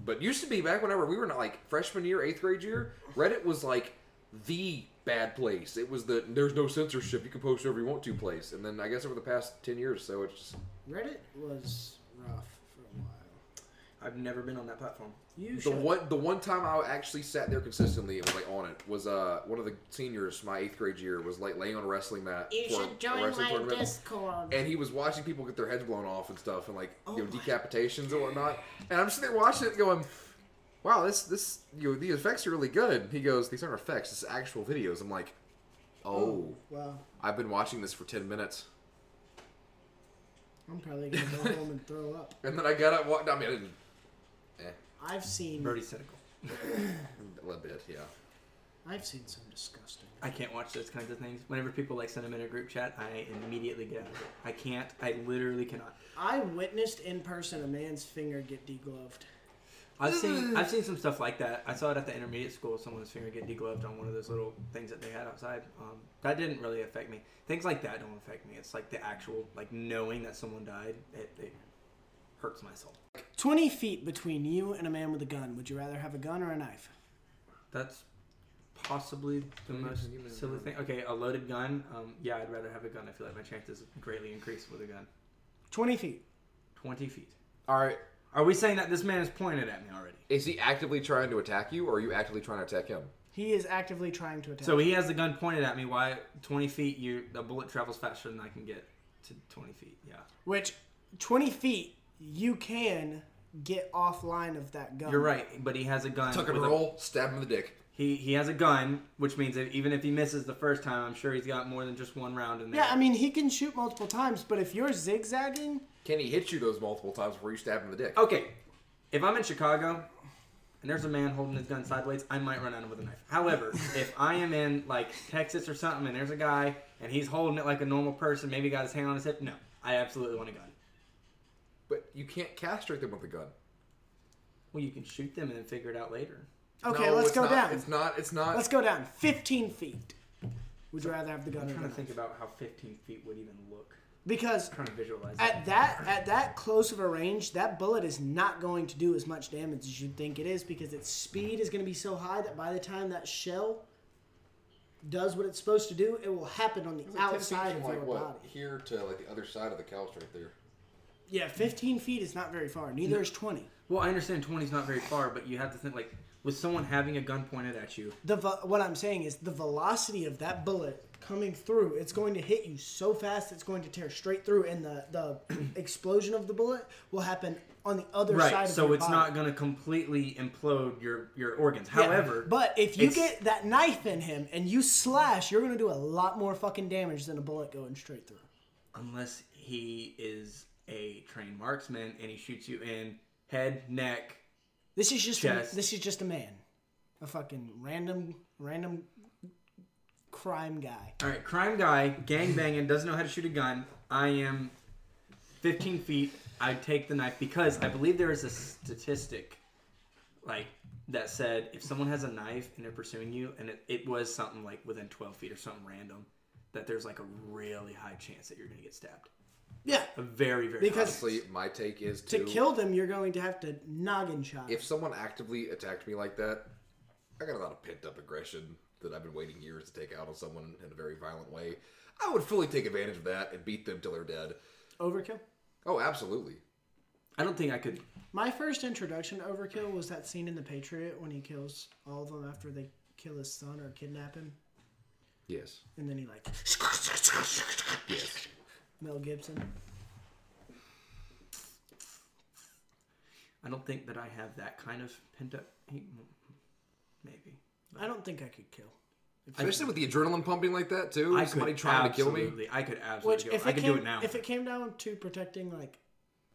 But used to be back whenever we were not like freshman year, eighth grade year, Reddit was like the bad place. It was the there's no censorship, you can post whatever you want to place. And then I guess over the past ten years or so, it's just
Reddit was rough for a while.
I've never been on that platform.
You
the
should.
one the one time I actually sat there consistently and was like on it was uh one of the seniors my eighth grade year was like laying on a wrestling mat.
You
for
should
a
join
wrestling
my
tournament.
Discord.
and he was watching people get their heads blown off and stuff, and like you know decapitations and whatnot. And I'm just sitting there watching it, going, "Wow, this this you know, the effects are really good." He goes, "These aren't effects; it's actual videos." I'm like, "Oh,
wow.
I've been watching this for ten minutes."
I'm probably gonna go home and throw up.
And then I got up, walked. I mean, I didn't, eh,
I've seen.
Pretty cynical.
a little bit, yeah.
I've seen some disgusting.
I can't watch those kinds of things. Whenever people like send them in a group chat, I immediately get out of it. I can't. I literally cannot.
I witnessed in person a man's finger get degloved.
I've seen I've seen some stuff like that. I saw it at the intermediate school. Someone's finger get degloved on one of those little things that they had outside. Um, that didn't really affect me. Things like that don't affect me. It's like the actual like knowing that someone died. It, it hurts my soul.
Twenty feet between you and a man with a gun. Would you rather have a gun or a knife?
That's possibly the most silly thing. Okay, a loaded gun. Um, yeah, I'd rather have a gun. I feel like my chances greatly increase with a gun.
Twenty feet.
Twenty feet.
All right,
Are we saying that this man is pointed at me already?
is he actively trying to attack you, or are you actively trying to attack him?
He is actively trying to attack.
So he has the gun pointed at me. Why? Twenty feet. You a bullet travels faster than I can get to twenty feet. Yeah.
Which, 20 feet, you can get offline of that gun.
You're right, but he has a gun.
Tuck and
with a-
roll, stab him in the dick.
he he has a gun, which means that even if he misses the first time, I'm sure he's got more than just one round in there.
Yeah, I mean, he can shoot multiple times, but if you're zigzagging,
Can he hit you those multiple times before you stab him in the dick?
okay, if I'm in Chicago and there's a man holding his gun sideways, I might run at him with a knife. However, if I am in like Texas or something and there's a guy and he's holding it like a normal person, maybe got his hand on his hip, no, I absolutely want a gun.
But you can't castrate them with a gun.
Well, you can shoot them and then figure it out later.
okay,
No,
let's
it's
go
not-
down.
It's not. It's not.
Let's go down. 15 feet. Would you rather have the gun
I'm
or
trying
the
to
knife?
think about how 15 feet would even look.
Because
I'm trying to visualize that.
at that at that close of a range, that bullet is not going to do as much damage as you'd think it is because its speed is going to be so high that by the time that shell does what it's supposed to do, it will happen on the outside of your body.
here to like the other side of the couch right there.
Yeah, 15 feet is not very far. Neither is 20.
Well, I understand 20 is not very far, but you have to think like with someone having a gun pointed at you,
the ve- what I'm saying is the velocity of that bullet coming through. It's going to hit you so fast it's going to tear straight through, and the the explosion of the bullet will happen on the other side.
right?
of
So
your
it's
body.
not going to completely implode your your organs.
Yeah.
However,
but if you
it's-
get that knife in him and you slash, you're going to do a lot more fucking damage than a bullet going straight through.
unless he is a trained marksman and he shoots you in head, neck,
This is just a,
Chest.
this is just a man, a fucking random random crime guy.
all right, crime guy, gang banging, doesn't know how to shoot a gun. I am 15 feet. I take the knife because I believe there is a statistic like that said if someone has a knife and they're pursuing you and it, it was something like within 12 feet or something random that there's like a really high chance that you're gonna get stabbed
Yeah,
a very very
Because-
high.
Honestly, my take is
to
to,
kill them, you're going to have to noggin shot.
If someone actively attacked me like that, I got a lot of pent up aggression that I've been waiting years to take out on someone in a very violent way. I would fully take advantage of that and beat them till they're dead.
Overkill.
Oh, absolutely.
I don't think I could
My first introduction to Overkill was that scene in The Patriot when he kills all of them after they kill his son or kidnap him,
Yes.
and then he like
Yes.
Mel Gibson.
I don't think that I have that kind of pent up hate. Mm, Maybe
I don't think I could kill.
Especially with the adrenaline pumping like that too.
I
Somebody
could
trying to kill me.
absolutely- I could absolutely.
Which,
go.
if
I
it
could
came,
do it now.
if it came down to protecting like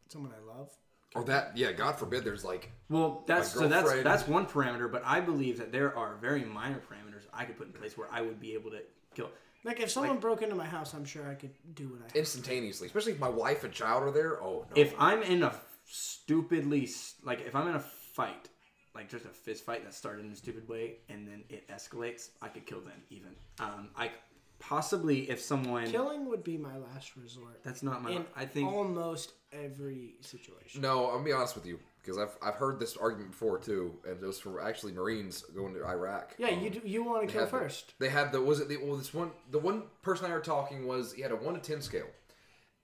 someone I love,
Or that, yeah. God forbid, there's like
Well, that's so that's
girlfriend.
that's one parameter, but I believe that there are very minor parameters I could put in place where I would be able to kill.
like if someone broke into my house, I'm sure I could do what I.
instantaneously, especially if my wife and child are there. Oh no!
If I'm in a stupidly s- like if I'm in a fight, like just a fist fight that started in a stupid way and then it escalates, I could kill them even. Um, I possibly if someone
Killing would be my last resort.
that's not my
in
I think
almost every situation.
no, I'm gonna be honest with you because I've I've heard this argument before too, and it was from actually Marines going to Iraq.
Yeah, you do, you want to kill
had the-
first.
they had the was it the well this one the one person I heard talking was he had a one to ten scale,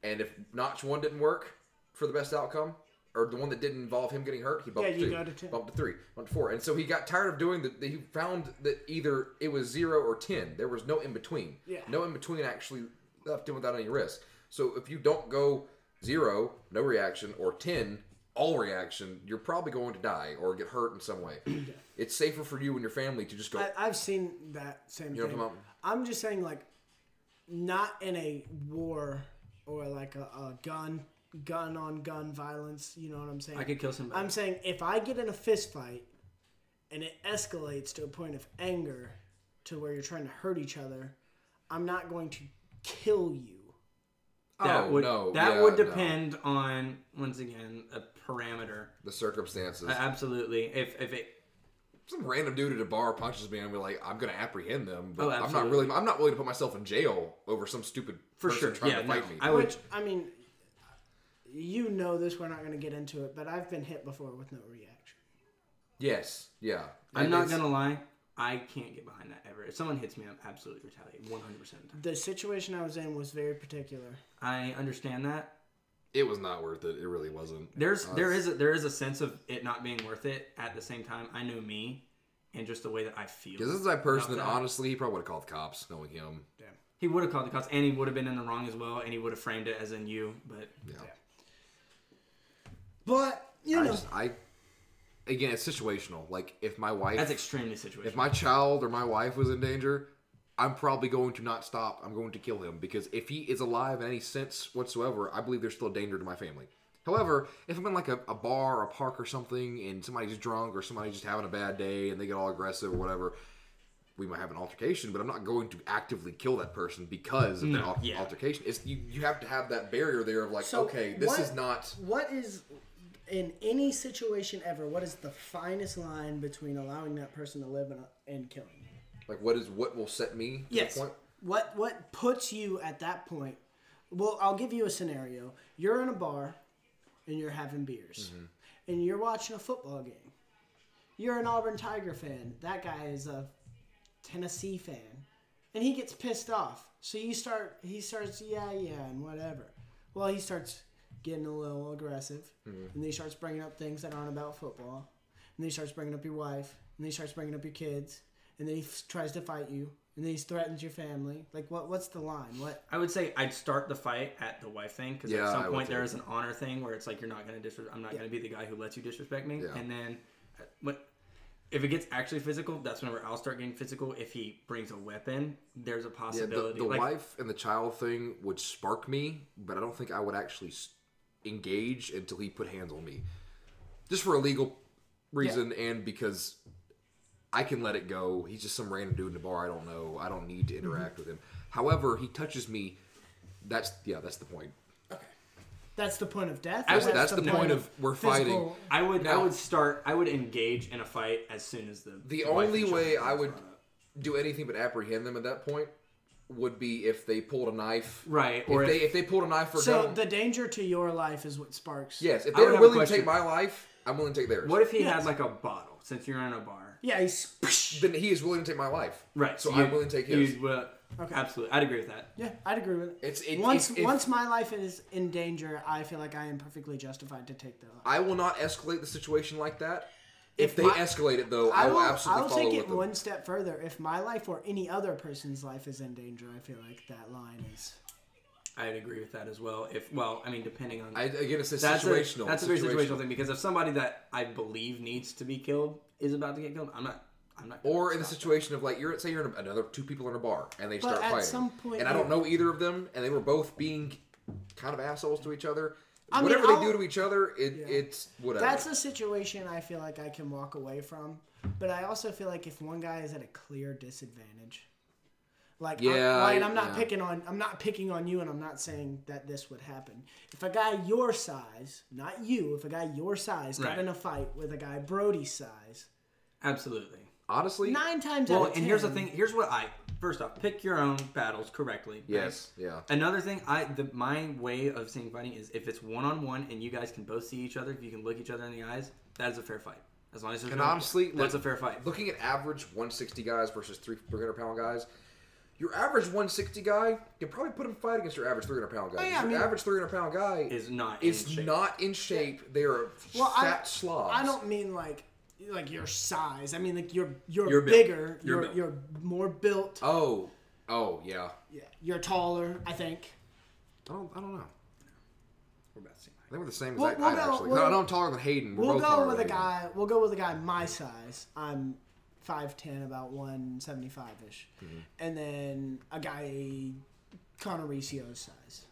and if notch one didn't work for the best outcome, or the one that didn't involve him getting hurt, he bumped
Yeah, you
to two,
go to 10.
bumped to three, bumped to four, and so he got tired of doing that. He found that either it was zero or ten. There was no in between.
Yeah.
no in between actually left him without any risk. So if you don't go zero, no reaction, or ten. All reaction, you're probably going to die or get hurt in some way. it's safer for you and your family to just go.
I, I've seen that same
You know what
thing.
I'm talking
I'm just saying, like, not in a war or like a, a gun, gun on gun violence. You know what I'm saying?
I could kill somebody.
I'm saying if I get in a fist fight and it escalates to a point of anger to where you're trying to hurt each other, I'm not going to kill you.
that
Oh,
would
no,
that
yeah,
would
no.
depend on once again a parameter.
the circumstances.
Uh, absolutely. If if it
Some random dude at a bar punches me, and I'm like, I'm gonna apprehend them, but
Oh,
I'm not
absolutely.
really, I'm not willing to put myself in jail over some stupid
for
person
sure
trying
yeah,
to
no,
fight me.
I would
Which, I mean, you know this, we're not going to get into it, but I've been hit before with no reaction.
yes, yeah.
I'm
And
not
it's-
gonna lie. I can't get behind that ever. If someone hits me, I'm absolutely retaliating 100 percent of the time.
The situation I was in was very particular.
I understand that.
It was not worth it. It really wasn't.
There's there is a, there is a sense of it not being worth it. At the same time, I know me, and just the way that I feel.
Because this is that person that
About that.
honestly, he probably would have called the cops, knowing him.
He would have called the cops, and he would have been in the wrong as well, and he would have framed it as in you. But
Yeah.
But, you
I
know,
just, I, again, it's situational. Like if my wife,
that's extremely situational.
if my child or my wife was in danger, I'm probably going to not stop. I'm going to kill him because if he is alive in any sense whatsoever, I believe there's still a danger to my family. However, if I'm in like a, a bar or a park or something and somebody's drunk or somebody's just having a bad day and they get all aggressive or whatever, we might have an altercation, but I'm not going to actively kill that person because of the
No,
al-
yeah.
altercation. It's, you, you have to have that barrier there of like,
So
okay, this
what-
is not.
what is in any situation ever what is the finest line between allowing that person to live and, and killing you?
Like, what is what will set me to
yes
the point?
what what puts you at that point well i'll give you a scenario you're in a bar and you're having beers and you're watching a football game you're an auburn tiger fan that guy is a tennessee fan and he gets pissed off so you start he starts yeah yeah and whatever well he starts getting a little aggressive and then he starts bringing up things that aren't about football and then he starts bringing up your wife, and then he starts bringing up your kids, and then he f- tries to fight you, and then he threatens your family. Like, what? What's the line? What?
I would say I'd start the fight at the wife thing because
Yeah,
at
I
some
would
point there
too.
is an honor thing where it's like you're not gonna disrespect. I'm not gonna be the guy who lets you disrespect me.
Yeah.
And then, uh, what if it gets actually physical? That's whenever I'll start getting physical. If he brings a weapon, there's
Yeah, the,
a possibility.
the
like,
wife and the child thing would spark me, but I don't think I would actually s- engage until he put hands on me, just for a legal reason and because I can let it go. He's just some random dude in the bar. I don't know. I don't need to
Mm-hmm.
interact with him. However, he touches me. That's yeah. That's the point.
That's the point of death.
That's, that's the, point of we're fighting.
physical-
I would I
Now-
would start I would engage in a fight as soon as the
The
wife
only
and child
way
is
I would
brought up.
do anything but apprehend them at that point would be if they pulled a knife.
right
If
or
they if they pulled a knife or
So
gun.
the danger to your life is what sparks.
Yes, if
I would
they're
have a
willing to take
question.
my life, I'm willing to take theirs.
what if he
Yeah.
had like a bottle since you're in a bar
Yeah. He's,
then he is willing to take my life.
right
So
you-
I'm willing to take his.
you would- absolutely I'd agree with that
yeah. I'd agree with it.
It's- it-
once
it's- if-
once my life is in danger, I feel like I am perfectly justified to take their life.
I will not escalate the situation like that. If,
If
they
my-
escalate it, though, I will, absolutely
I'll
follow
take
with
it
them.
one step further. If my life or any other person's life is in danger, I feel like that line is.
I'd agree with that as well if well I mean depending on
I, again, it's a
that's
situational.
A, that's a very
situation.
situational thing because if somebody that I believe needs to be killed is about to get killed, I'm not. I'm not. gonna
Or in the
stop
situation of like you're say you're in a- another two people in a bar and they
But
start
at
fighting,
some point
and I don't
you-
know either of them, and they were both being kind of assholes to each other.
I mean,
whatever
I'll-
they do to each other, it,
Yeah.
it's whatever.
That's a situation I feel like I can walk away from, but I also feel like if one guy is at a clear disadvantage, like
Yeah,
I'm, like,
I-
I'm not
yeah.
picking on I'm not picking on you, and I'm not saying that this would happen. If a guy your size, not you, if a guy your size got
Right.
in a fight with a guy Brody's size,
that. Absolutely.
Honestly,
nine times
Well,
out of
and here's the
10,
thing. Here's what I first off pick your own battles correctly. right?
yes, yeah.
Another thing, I the, my way of seeing fighting is if it's one on one and you guys can both see each other, if you can look each other in the eyes, that is a fair fight. As long as there's
And
no-
honestly, like,
that's a fair fight.
Looking at average 160 guys versus three 300 pound guys, your average 160 guy can probably put him fight against your average 300 pound
Oh,
guy.
yeah, I
your
mean-
average 300 pound guy
Is not. in
is
shape.
not in shape. They are
Well, I-
fat slobs.
I don't mean like like your size. I mean like you're you're,
You're built.
bigger,
You're
you're
built.
you're more built,
Oh, oh yeah.
yeah, you're taller. I think.
I don't. I don't know.
We're about to see.
They were the same
We'll-
exact
we'll
height,
go-
actually.
we'll-
no, no, I'm taller than Hayden. We're
We'll
both taller
go with a
than Hayden.
guy. We'll go with a guy my size. I'm five ten, about one seventy five ish,
Mm-hmm.
and then a guy Conoricio's size,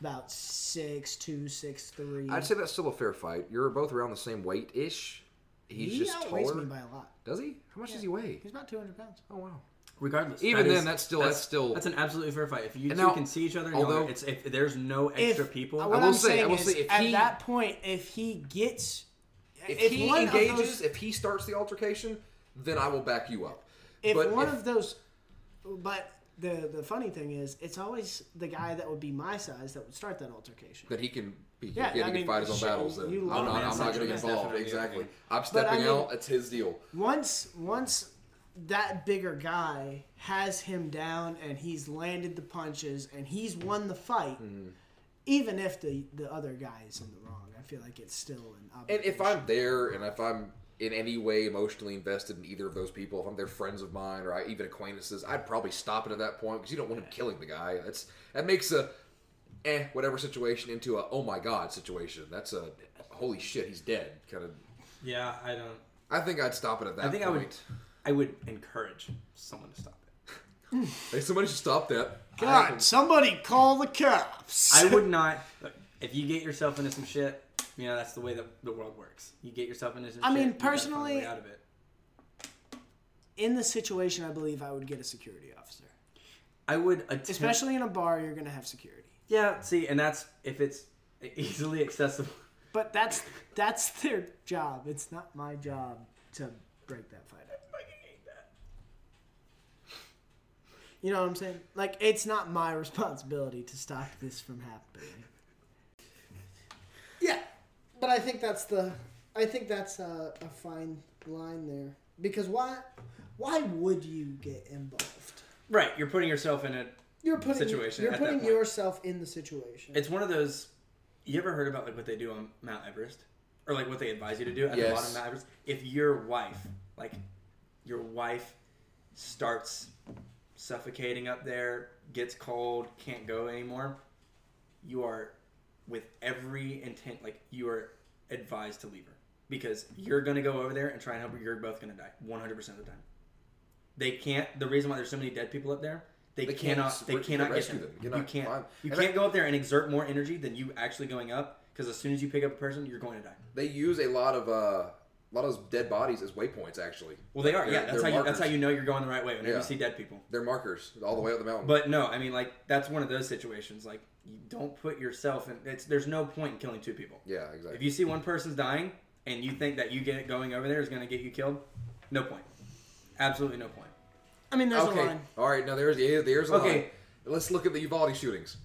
about six two, six three.
I'd say that's still a fair fight. You're both around the same weight ish. He's
he
just
outweighs
taller.
me by a lot.
Does he? How much does he weigh?
He's about two hundred pounds.
Oh wow.
Regardless,
Even
that
then,
is-
that's still- that's still-
that's an absolutely fair fight. If you two
And now-
can see each other, and yell
although-
at- it's if there's no extra people.
uh, what
will
I'm
say- I
saying
will
is,
say if
at
he-
that point, if he gets,
If,
if
he
one of those-
engages, if he starts the altercation, then I will back you up.
if
but
one
if,
of those but the the funny thing is it's always the guy that would be my size that would start that altercation
then he can be
Yeah,
he
I
can
mean,
fight his own
shit,
battles. Then
you
I'm
love
not,
man
I'm not going
century
to
is
get involved.
definitely a
Exactly.
thing.
I'm stepping
mean-
out. It's his deal.
once once that bigger guy has him down and he's landed the punches and he's won the fight
Mm-hmm.
even if the the other guy is in the wrong i feel like it's still an
And if
obligation.
I'm there, and if I'm in any way emotionally invested in either of those people, if I'm their friends of mine or I, even acquaintances, I'd probably stop it at that point because you don't want him killing the guy. That's that makes a eh whatever situation into a oh my god situation. That's a holy shit he's dead kind of.
yeah, I don't.
I think I'd stop it at that.
I think
point.
I would. I would encourage someone to stop it.
Hey, somebody should stop that.
god somebody call the cops
I would not. look, If you get yourself into some shit, you know that's the way that the world works. You get yourself into some.
I
shit,
mean,
you gotta find a way
personally-
out of it.
in the situation i believe i would get a security officer
I would attempt.
especially in a bar you're gonna have security
yeah. See, and that's if it's easily accessible.
But that's that's their job. It's not my job to break that fight up. You know what I'm saying? Like it's not my responsibility to stop this from happening. Yeah, but I think that's the I think that's a, a fine line there because why why would you get involved?
Right, you're putting yourself in a.
You're putting
Situation
you're
at that
putting
point.
yourself in the situation.
It's one of those. You ever heard about like what they do on Mount Everest, or like what they advise you to do at the
Yes.
bottom of Mount Everest? If your wife, like, your wife starts suffocating up there, gets cold, can't go anymore, you are with every intent, like you are advised to leave her because you're gonna go over there and try and help her. You're both gonna die 100 percent of the time. They can't. The reason why there's so many dead people up there, they,
They can't
cannot.
s-
They
re-
cannot get
rescue
them.
them. You cannot
you can't.
climb.
You
And
can't
that-
go up there and exert more energy than you actually going up because as soon as you pick up a person, you're going to die.
They use a lot of uh, a lot of those dead bodies as waypoints. Actually,
Well, they are.
They're-
yeah, that's
they're
how you. That's
markers.
how you know you're going the right way whenever
Yeah.
you see dead people.
they're markers all the way up the mountain.
But no, I mean like that's one of those situations. Like you don't put yourself in. It's there's no point in killing two people.
yeah, exactly.
If you see one person's dying and you think that you get going over there is going to get you killed, no point. Absolutely no point.
I mean, there's a
okay.
line.
All right. Now there's yeah, there's a
Okay.
line. Let's look at the Uvalde shootings.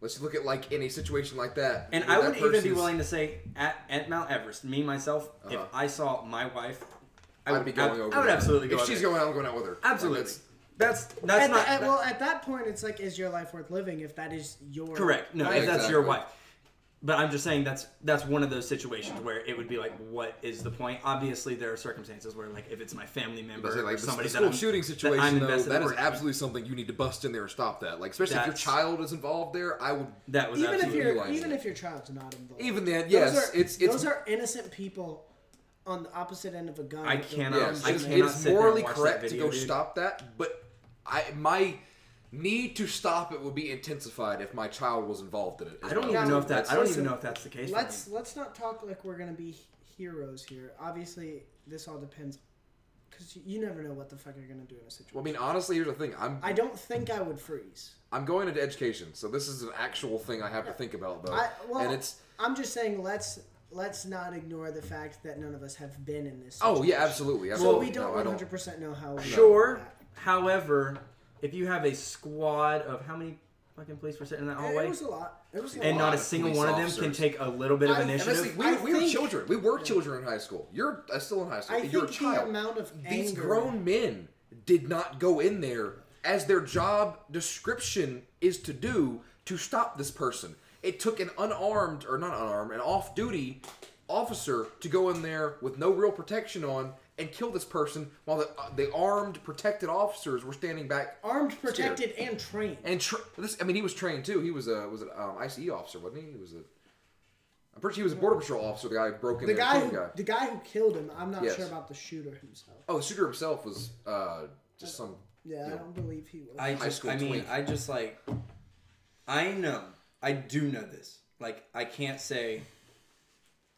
Let's look at like in a situation like that.
And
where
I
that
would even be
person's-
willing to say at, at Mount Everest, me myself, if
Uh-huh.
I saw my wife, I
I'd
would
be going
I,
over.
I would
there.
absolutely go.
If
over
she's
there.
going out, I'm going out with her.
absolutely.
Like, that's-
that's that's
At
not
the- at-
that-
well, at that point, it's like, is your life worth living if that is your
correct. No,
Right.
if that's your
Exactly.
wife. But I'm just saying that's that's one of those situations where it would be like, what is the point? Obviously, there are circumstances where like if it's my family member
Say,
or
like somebody
somebody that
school
I'm,
shooting
that I'm
situation though,
invested
that is
in-
absolutely something you need to bust in there and stop that. Like especially if your
That's-
child is involved there, I would.
that was
Even if
absolutely
you're,
realizing
even
it.
if your child's not involved,
Even then,
Those
yes,
are-
it's it's
those are innocent people on the opposite end of a gun.
I
with the
cannot-
arms
Yes,
I
and
it's,
the
cannot
it's
sit there and
morally
watch that
correct
video,
to go
dude.
stop that, but I my need to stop it would be intensified if my child was involved in it.
I don't
know.
even know if that. I don't even
Listen,
know if that's the case. for
let's
me.
let's not talk like we're gonna be he- heroes here. Obviously, this all depends because you never know what the fuck you're gonna do in a situation.
Well, I mean, honestly, here's the thing. I'm
I don't think I would freeze.
I'm going into education, so this is an actual thing I have to think about though,
I, well,
and it's
I'm just saying let's let's not ignore the fact that none of us have been in this.
oh yeah,
situation.
absolutely.
So
absolutely.
we don't
No, I
100 percent know how.
Sure. However, if you have a squad of how many fucking police were sitting in that
It
hallway,
was a lot. It was a
Oh, and
lot.
not a
of
single
police
one of them
officers.
can take a little bit of
I- and
And that's
initiative.
the- we,
I
we were
think-
children. We were children in high school. You're uh, still in high school.
I
You're a
think the
child.
amount of
These
anger-
grown men did not go in there as their job description is to do to stop this person. It took an unarmed or not unarmed, an off-duty officer to go in there with no real protection on and kill this person while the, uh, the armed protected officers were standing back
Armed,
scared.
protected, and trained.
And tra- this, I mean, he was trained too. He was a was an um, ICE officer, wasn't he? He was a. I'm pretty sure he was a border patrol officer. The guy who broke in.
the
there
guy
and killed
who
the guy.
the guy who killed him. I'm not
Yes.
sure about the shooter himself.
Oh, the shooter himself was uh, just some.
Yeah, I
Yeah.
don't believe he was.
I
High
just,
school
I mean,
twink.
I just like, I know, I do know this. Like, I can't say,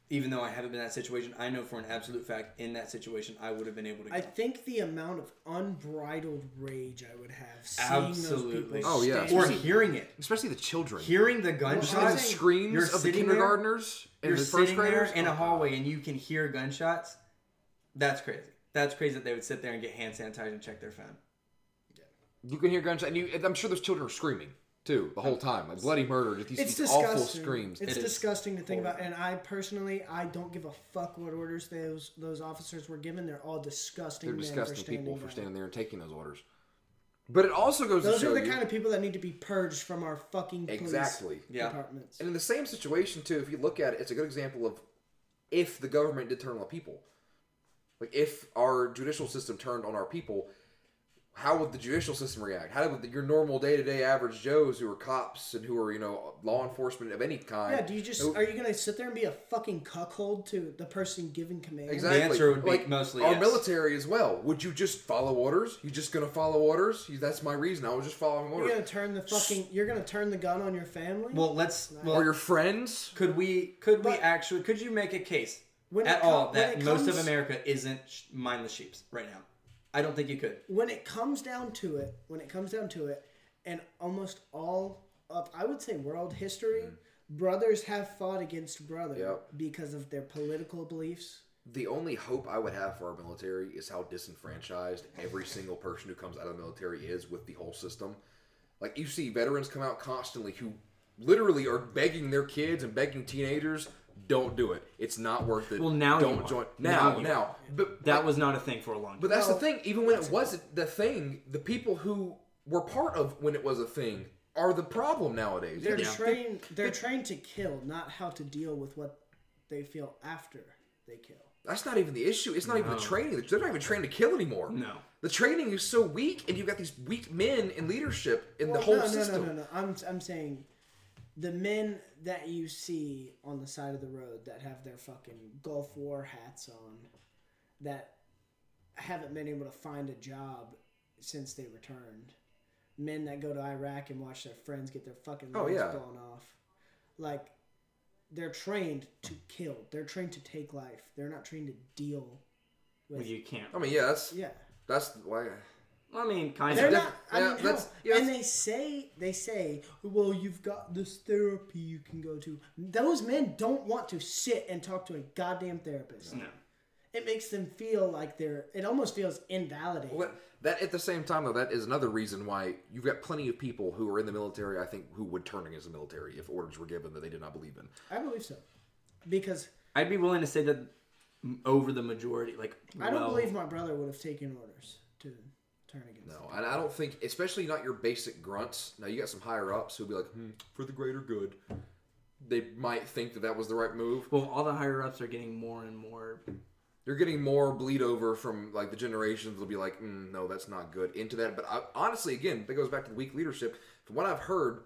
even though I haven't been in that situation, I know for an absolute fact in that situation I would have been able to.
I
go.
think the amount of unbridled rage I would have seeing
Absolutely.
those people.
Oh, yeah.
stand-
or hearing it,
Especially the children.
hearing the
Well, I'm
gunshot,
the
saying-
screams
you're
of the
sitting there-
kindergartners and
you're
the first
sitting there
graders
Oh,
in a hallway and you can hear gunshots. That's crazy. That's crazy that they would sit there and get hand sanitizer and check their phone.
You can hear gunshots, and, you, and I'm sure those children are screaming too the whole time, like bloody murder, just these,
It's
these
disgusting.
awful screams.
It's
It is
disgusting to think about, and I personally, I don't give a fuck what orders those those officers were given. They're all disgusting.
They're
men
disgusting
for
people for
down.
standing there and taking those orders. But it also goes
Those
to show
are the
you,
kind of people that need to be purged from our fucking police
Exactly.
Yeah.
departments.
And in the same situation too, if you look at it, it's a good example of if the government did turn on people. Like if our judicial system turned on our people, how would the judicial system react? How would your normal day to day average Joes who are cops and who are, you know, law enforcement of any kind
Yeah, do you just
who-
are you gonna sit there and be a fucking cuckold to the person giving command?
Exactly.
answer would be mostly
our
yes.
military as well. Would you just follow orders? You just gonna follow orders? You, that's my reason. I was just following
You're
orders.
gonna turn the fucking. You're gonna turn the gun on your family.
Well, let's. Well,
Or your friends?
Could we? Could we
But-
actually? Could you make a case
When
at
it com-
all
when
that
it
most of
comes-
America isn't sh- mindless sheeps right now? I don't think you could.
when it comes down to it, when it comes down to it, and almost all of I would say world history, brothers have fought against brother
Yep.
because of their political beliefs.
the only hope I would have for our military is how disenfranchised every single person who comes out of the military is with the whole system. Like you see veterans come out constantly who literally are begging their kids and begging teenagers, don't do it. It's not worth it.
Well, now you
don't
are.
join now
Now
now.
you
But
That was not a thing for a long time.
but that's
Well,
the thing. Even when it wasn't the thing, the people who were part of when it was a thing are the problem nowadays.
They're
Yeah.
trained. They're trained to kill, not how to deal with what they feel after they kill.
That's not even the issue. It's not even the training. They're not even trained to kill anymore.
No.
The training is so weak, and you've got these weak men in leadership in the whole
no,
system.
No, no, no, no. I'm, I'm saying the men that you see on the side of the road that have their fucking Gulf War hats on that haven't been able to find a job since they returned. Men that go to Iraq and watch their friends get their fucking
Oh,
legs
yeah.
blown off. Like, they're trained to kill. They're trained to take life. They're not trained to deal
Well,
with.
you can't.
I mean, yeah, that's
Yeah.
that's why.
I mean, kind
They're
of.
not. I
Yeah,
mean,
that's-
hell,
yeah,
and
that's-
they say they say, well, you've got this therapy you can go to. Those men don't want to sit and talk to a goddamn therapist.
No.
It makes them feel like they're. It almost feels invalidating.
Well, that at the same time, though, that is another reason why you've got plenty of people who are in the military. I think who would turn against the military if orders were given that they did not believe in.
I believe so, because
I'd be willing to say that m- over the majority, like
I don't
well,
believe my brother would have taken orders to turn against.
No, and I don't think, especially not your basic grunts. Now you got some higher ups who'd be like, hmm, for the greater good. They might think that that was the right move.
Well, all the higher ups are getting more and more.
you're getting more bleed over from like the generations will be like mm, no that's not good into that but I, honestly again that goes back to the weak leadership from what i've heard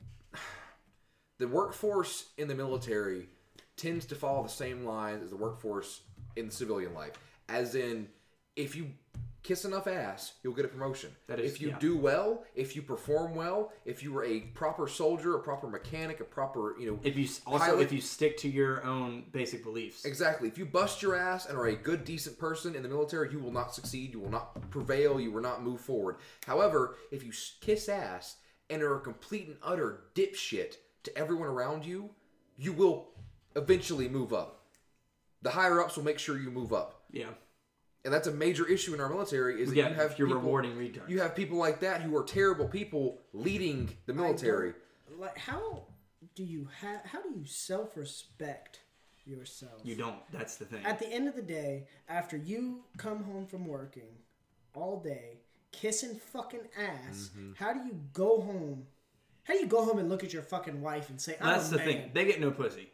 the workforce in the military tends to follow the same lines as the workforce in civilian life. As in, if you kiss enough ass, you'll get a promotion.
That is-
if you
yeah.
do well, if you perform well, if you were a proper soldier, a proper mechanic, a proper you know
If you s- also
Pilot-
if you stick to your own basic beliefs,
Exactly. If you bust your ass and are a good, decent person in the military, you will not succeed. You will not prevail. You will not move forward. However, if you s- kiss ass and are a complete and utter dipshit to everyone around you, you will eventually move up. The higher ups will make sure you move up,
yeah,
and that's a major issue in our military. Is that
yeah.
you have
if you're
people-
rewarding retards,
You have people like that who are terrible people leading the military.
Like, how do you ha- How do you self respect yourself?
you don't. That's the thing.
At the end of the day, after you come home from working all day, kissing fucking ass,
Mm-hmm.
how do you go home? How do you go home and look at your fucking wife and say, I'm
That's
a
oh,
the
man?
thing. They get no pussy.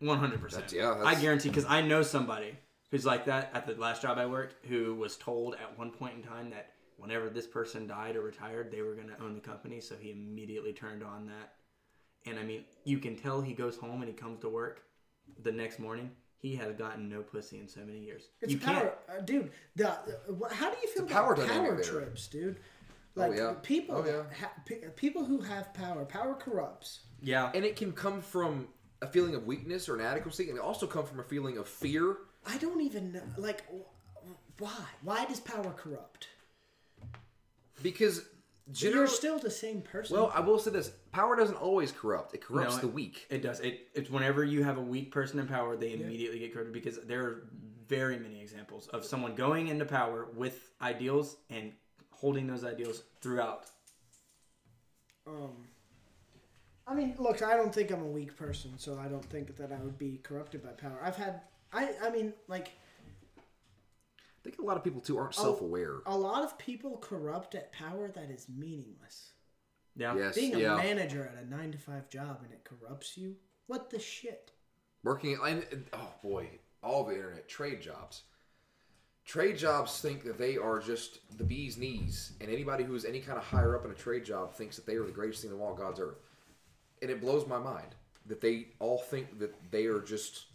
100%.
That's- yeah, that's-
I guarantee because I know somebody who's like that at the last job I worked who was told at one point in time that whenever this person died or retired, they were going to own the company. So he immediately turned on that. And I mean, you can tell he goes home and he comes to work the next morning. He has gotten no pussy in so many years.
It's
you
power, uh, dude. The uh, wh- how do you feel
a power
about
dynamic
power
there.
trips, dude? Like
yeah.
people,
Oh,
that
yeah.
ha- pe- people who have power, power corrupts.
Yeah.
and it can come from a feeling of weakness or inadequacy, and it also come from a feeling of fear.
I don't even know, like wh- why. Why does power corrupt?
Because
You're
generally,
still the same person.
well, I will say this: power doesn't always corrupt; it corrupts
No,
the
it-
weak.
It does. It, it's whenever you have a weak person in power, they immediately get corrupted because there are very many examples of someone going into power with ideals and holding those ideals throughout.
um, I mean, look, I don't think I'm a weak person, so I don't think that I would be corrupted by power. I've had, I, I mean, like
I think a lot of people too
Oh,
aren't self-aware.
a lot of people corrupt at power that is meaningless.
Yeah.
yes,
Being a
yeah.
manager at a nine to five job and it corrupts you. What the shit?
Working and and- oh boy, all the internet trade jobs. Trade jobs think that they are just the bee's knees, and anybody who is any kind of higher up in a trade job thinks that they are the greatest thing of all God's earth. And it blows my mind that they all think that they are just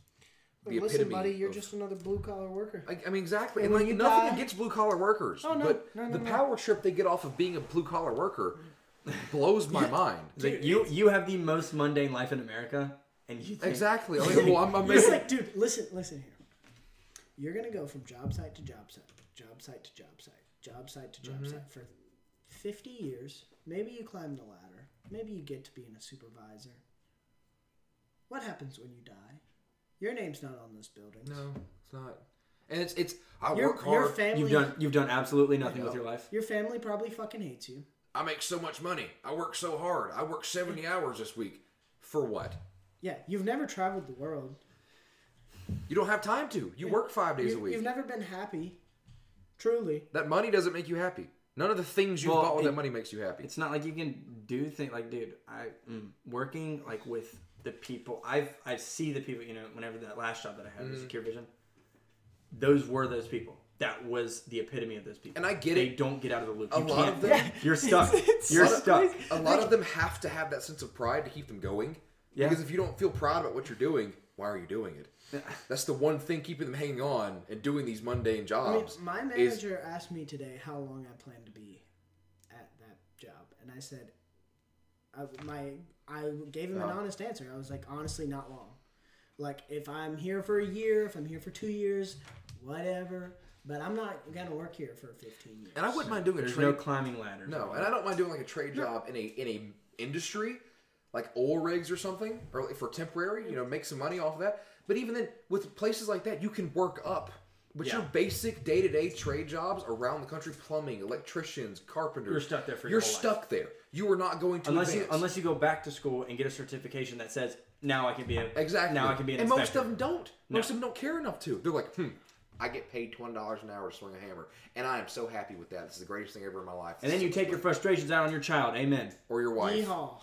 the
Listen,
epitome.
buddy, you're
of-
just another blue collar worker.
I, I mean, exactly.
And
And,
when
like,
you
nothing
die-
against blue collar workers.
Oh, no,
But
no, no,
the
no.
power trip they get off of being a blue collar worker blows my mind.
It's like, you you have the most mundane life in America, and you think,
Exactly. Like, well, I'm, I'm
It's like, dude, listen, listen here. You're gonna go from job site to job site, job site to job site, job site to job site for 50 years. Maybe you climb the ladder. Maybe you get to being a supervisor. What happens when you die? Your name's not on those buildings.
no, it's not. And it's it's. I
Your,
work
your
hard.
family.
You've done you've done absolutely nothing with your life.
Your family probably fucking hates you.
I make so much money. I work so hard. I work seventy hours this week. For what?
Yeah, you've never traveled the world.
You don't have time to. You work five days
You-
a week.
You've never been happy. Truly.
that money doesn't make you happy. None of the things you have
Well,
bought with
it-
that money makes you happy.
It's not like you can do things like, dude. I mm, working like with the people. I've I see the people. You know, whenever that last job that I had
Mm.
was Secure Vision, those were those people. That was the epitome of those people.
And I get
they
it.
don't get out of the loop.
A
you
lot
can't.
of them-
You're stuck. You're
lot of-
stuck.
A lot of them have to have that sense of pride to keep them going.
Yeah.
Because if you don't feel proud about what you're doing, why are you doing it? That's the one thing keeping them hanging on and doing these mundane
I mean,
jobs.
my
is-
manager asked me today how long I plan to be at that job, and I said, I, my I gave him an honest answer. I was like, honestly, not long. Like, if I'm here for a year, if I'm here for two years, whatever. But I'm not gonna work here for 15 years.
and I wouldn't mind doing a
There's
trade.
no climbing ladders.
No, and I don't mind doing like a trade job in a in a industry like oil rigs or something, or like for temporary, you know, make some money off of that. But even then, with places like that, you can work up. But your
Yeah.
basic day to day trade jobs around the country, plumbing, electricians, carpenters,
You're stuck there for your
you're
whole life.
stuck there. You are not going to
unless you
advance.
unless you go back to school and get a certification that says now I can be a
Exactly.
now I can be an
And most
inspector.
of them don't. Most of them don't care enough to. They're like, hmm, I get paid twenty dollars an hour to swing a hammer, and I am so happy with that. This is the greatest thing ever in my life.
and then you take your frustrations out on your child. Amen.
or your wife.
Yeehaw.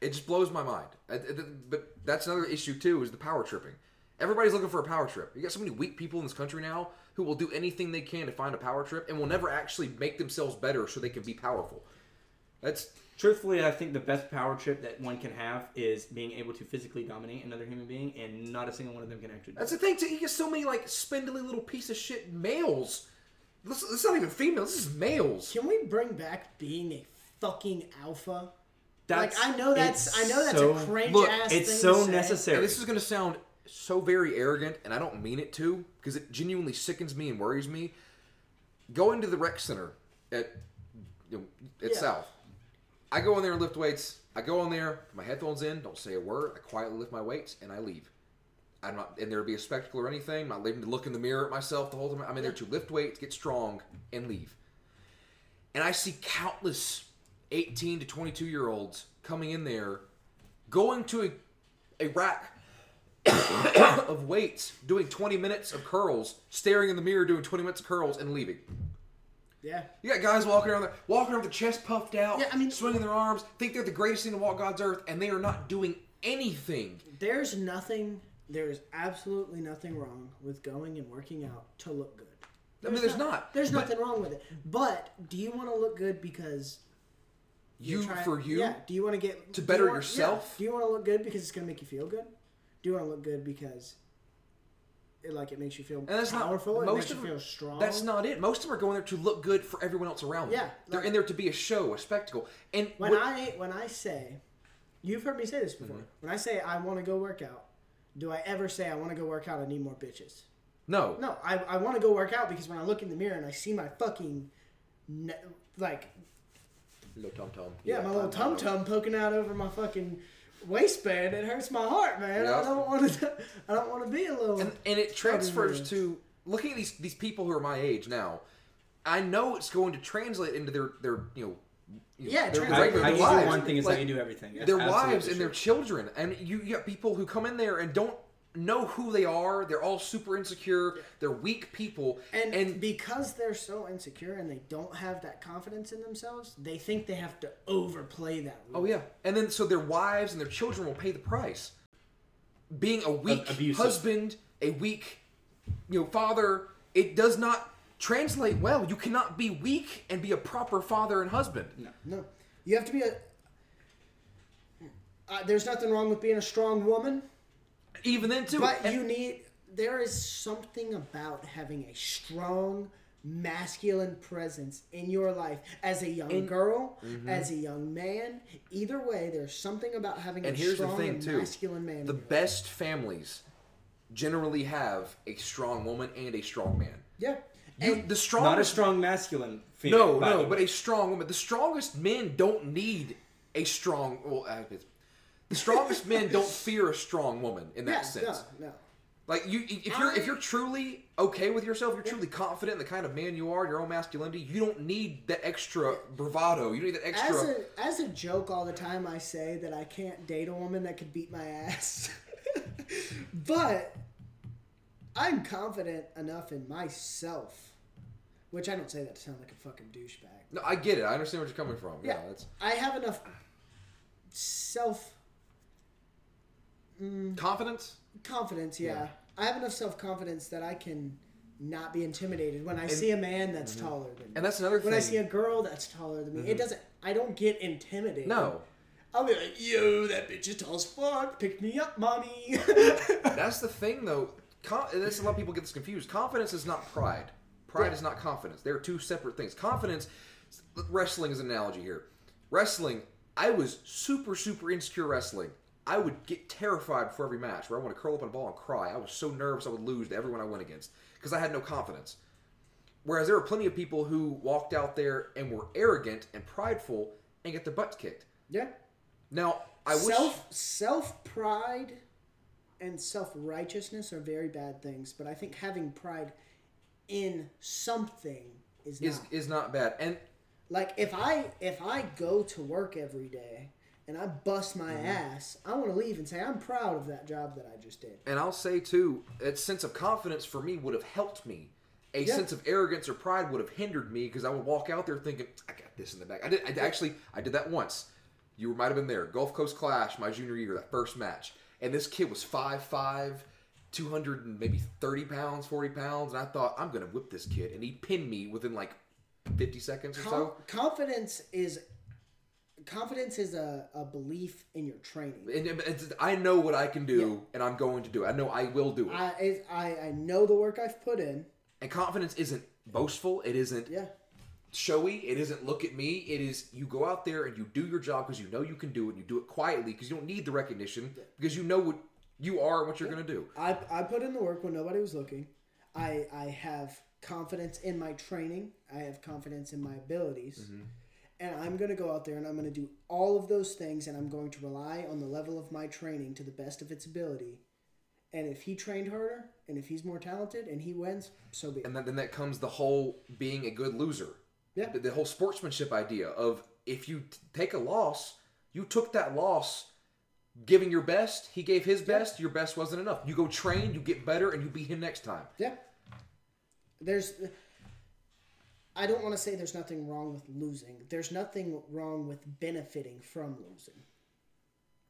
It just blows my mind. I- I- But that's another issue too is the power tripping. Everybody's looking for a power trip. You got so many weak people in this country now who will do anything they can to find a power trip and will never actually make themselves better so they can be powerful. That's
Truthfully, I think the best power trip that one can have is being able to physically dominate another human being, and not a single one of them can actually. Do
that's
it.
the thing too. You get so many like spindly little piece of shit males. This, this is not even females. This is males.
Can we bring back being a fucking alpha?
That's,
like I know that's
it's
I know that's
so,
a cringe
look,
ass
It's
thing
so
to say.
necessary.
And this is going to sound so very arrogant, and I don't mean it to, because it genuinely sickens me and worries me. Going to the rec center at you know, at
Yeah.
South, I go in there and lift weights. I go in there, put my headphones in, don't say a word. I quietly lift my weights and I leave. I'm not, and there'd be a spectacle or anything. I'm not leaving to look in the mirror at myself the whole time. I'm in there to lift weights, get strong, and leave. And I see countless 18 to 22 year olds coming in there, going to a a rack of weights, doing 20 minutes of curls, staring in the mirror, doing 20 minutes of curls, and leaving.
Yeah.
You got guys walking around, there, walking around with their chest puffed out,
Yeah, I mean-
swinging their arms, think they're the greatest thing to walk God's earth, and they are not doing anything.
There's nothing there is absolutely nothing wrong with going and working out to look good.
I mean, there's not.
There's
But
nothing wrong with it. But do you want to look good because
You
trying-
for you.
Yeah. Do you want to get do
To
you
better
want- yeah.
yourself?
Do you want to look good because it's gonna make you feel good? Do you want to look good because it like it makes you feel
And that's not
powerful? it
most
makes
of
you
them-
feel strong.
That's not it. Most of them are going there to look good for everyone else around. them.
Yeah,
they're
like-
in there to be a show, a spectacle. And
when
what-
I when I say, you've heard me say this before.
Mm-hmm.
When I say I want to go work out, do I ever say I want to go work out? I need more bitches.
no,
No, I, I want to go work out because when I look in the mirror and I see my fucking, ne- like
little tom tom.
yeah, my little tum tum poking out over my fucking waistband, it hurts my heart, man.
Yeah.
I don't want to. I don't want to be a little.
and, and it
Probably.
transfers to looking at these these people who are my age now. I know it's going to translate into their their you know. you know,
Yeah, it
their
translates.
regular
I, I can
lives.
do one thing is
Like,
I can do everything. That's
their
absolutely
wives and their
true.
children, and you, you got people who come in there and don't know who they are. They're all super insecure. They're weak people,
And, because they're so insecure and they don't have that confidence in themselves, they think they have to overplay that.
oh yeah, and then so their wives and their children will pay the price. Being a weak
abusive.
husband, a weak you know father, it does not translate well. You cannot be weak and be a proper father and husband.
No, you have to be a. Uh, there's nothing wrong with being a strong woman,
Even then too,
but
and-
you need. There is something about having a strong masculine presence in your life as a young girl,
Mm-hmm.
as a young man. Either way, there's something about having
and
a
here's the
strong
thing
and
too
masculine man. in
the
your life.
best families generally have a strong woman and a strong man
Yeah.
you,
And
the
Not a
strongest
strong masculine. Female,
no
by the
no
way.
but a strong woman the strongest men don't need a strong well uh, it's- the strongest men don't fear a strong woman in that
yeah,
sense
no, no.
like you if you're if you're truly okay with yourself you're truly confident in the kind of man you are your own masculinity you don't need that extra bravado you don't need that extra
As a, as a joke, all the time I say that I can't date a woman that could beat my ass. but I'm confident enough in myself, which I don't say that to sound like a fucking douchebag.
no i get it i understand where you're coming from yeah,
Yeah,
that's
I have enough self
confidence
confidence, yeah. I have enough self confidence that I can not be intimidated when I see a man that's taller than me.
Mm-hmm. and that's another
when
thing Mm-hmm.
I see a girl that's taller than me, it doesn't. I don't get intimidated.
no
I'll be like, yo, that bitch is tall as fuck. Pick me up, mommy.
That's the thing, though. Con- and this a lot of people get this confused. Confidence is not pride. Pride is not confidence. They are two separate things. Confidence. Wrestling is an analogy here. Wrestling. I was super, super insecure wrestling. I would get terrified before every match, where I want to curl up in a ball and cry. I was so nervous I would lose to everyone I went against because I had no confidence. Whereas there were plenty of people who walked out there and were arrogant and prideful and get their butts kicked.
yeah.
Now I wish
Self self pride and self righteousness are very bad things, but I think having pride in something is not.
is is not bad, and
like if I if I go to work every day and I bust my ass, I want to leave and say I'm proud of that job that I just did.
And I'll say too, that sense of confidence for me would have helped me. A
Yeah.
sense of arrogance or pride would have hindered me because I would walk out there thinking, "I got this in the back." I did. I actually, I did that once. You might have been there. Gulf Coast Clash, my junior year, that first match, and this kid was 5'5", 200 and maybe thirty pounds, forty pounds, and I thought I'm gonna whip this kid, and he pinned me within like fifty seconds or
Com-
so.
confidence is confidence is a, a belief in your training.
And and it's, I know what I can do, and I'm going to do it. I know I will do it.
I, is- I I know the work I've put in.
and confidence isn't boastful. It isn't
Yeah.
showy. It isn't look at me. It is you go out there and you do your job because you know you can do it. And you do it quietly because you don't need the recognition because you know what you are and what you're gonna do.
I, I put in the work when nobody was looking. I, I have confidence in my training. I have confidence in my abilities. And I'm going to go out there and I'm going to do all of those things and I'm going to rely on the level of my training to the best of its ability. And if he trained harder and if he's more talented and he wins, so be it.
And then, then that comes the whole being a good loser.
Yeah.
The, the whole sportsmanship idea of if you t- take a loss, you took that loss giving your best. He gave his best. Your best wasn't enough. You go train, you get better, and you beat him next time.
Yeah. There's. I don't want to say there's nothing wrong with losing. There's nothing wrong with benefiting from losing.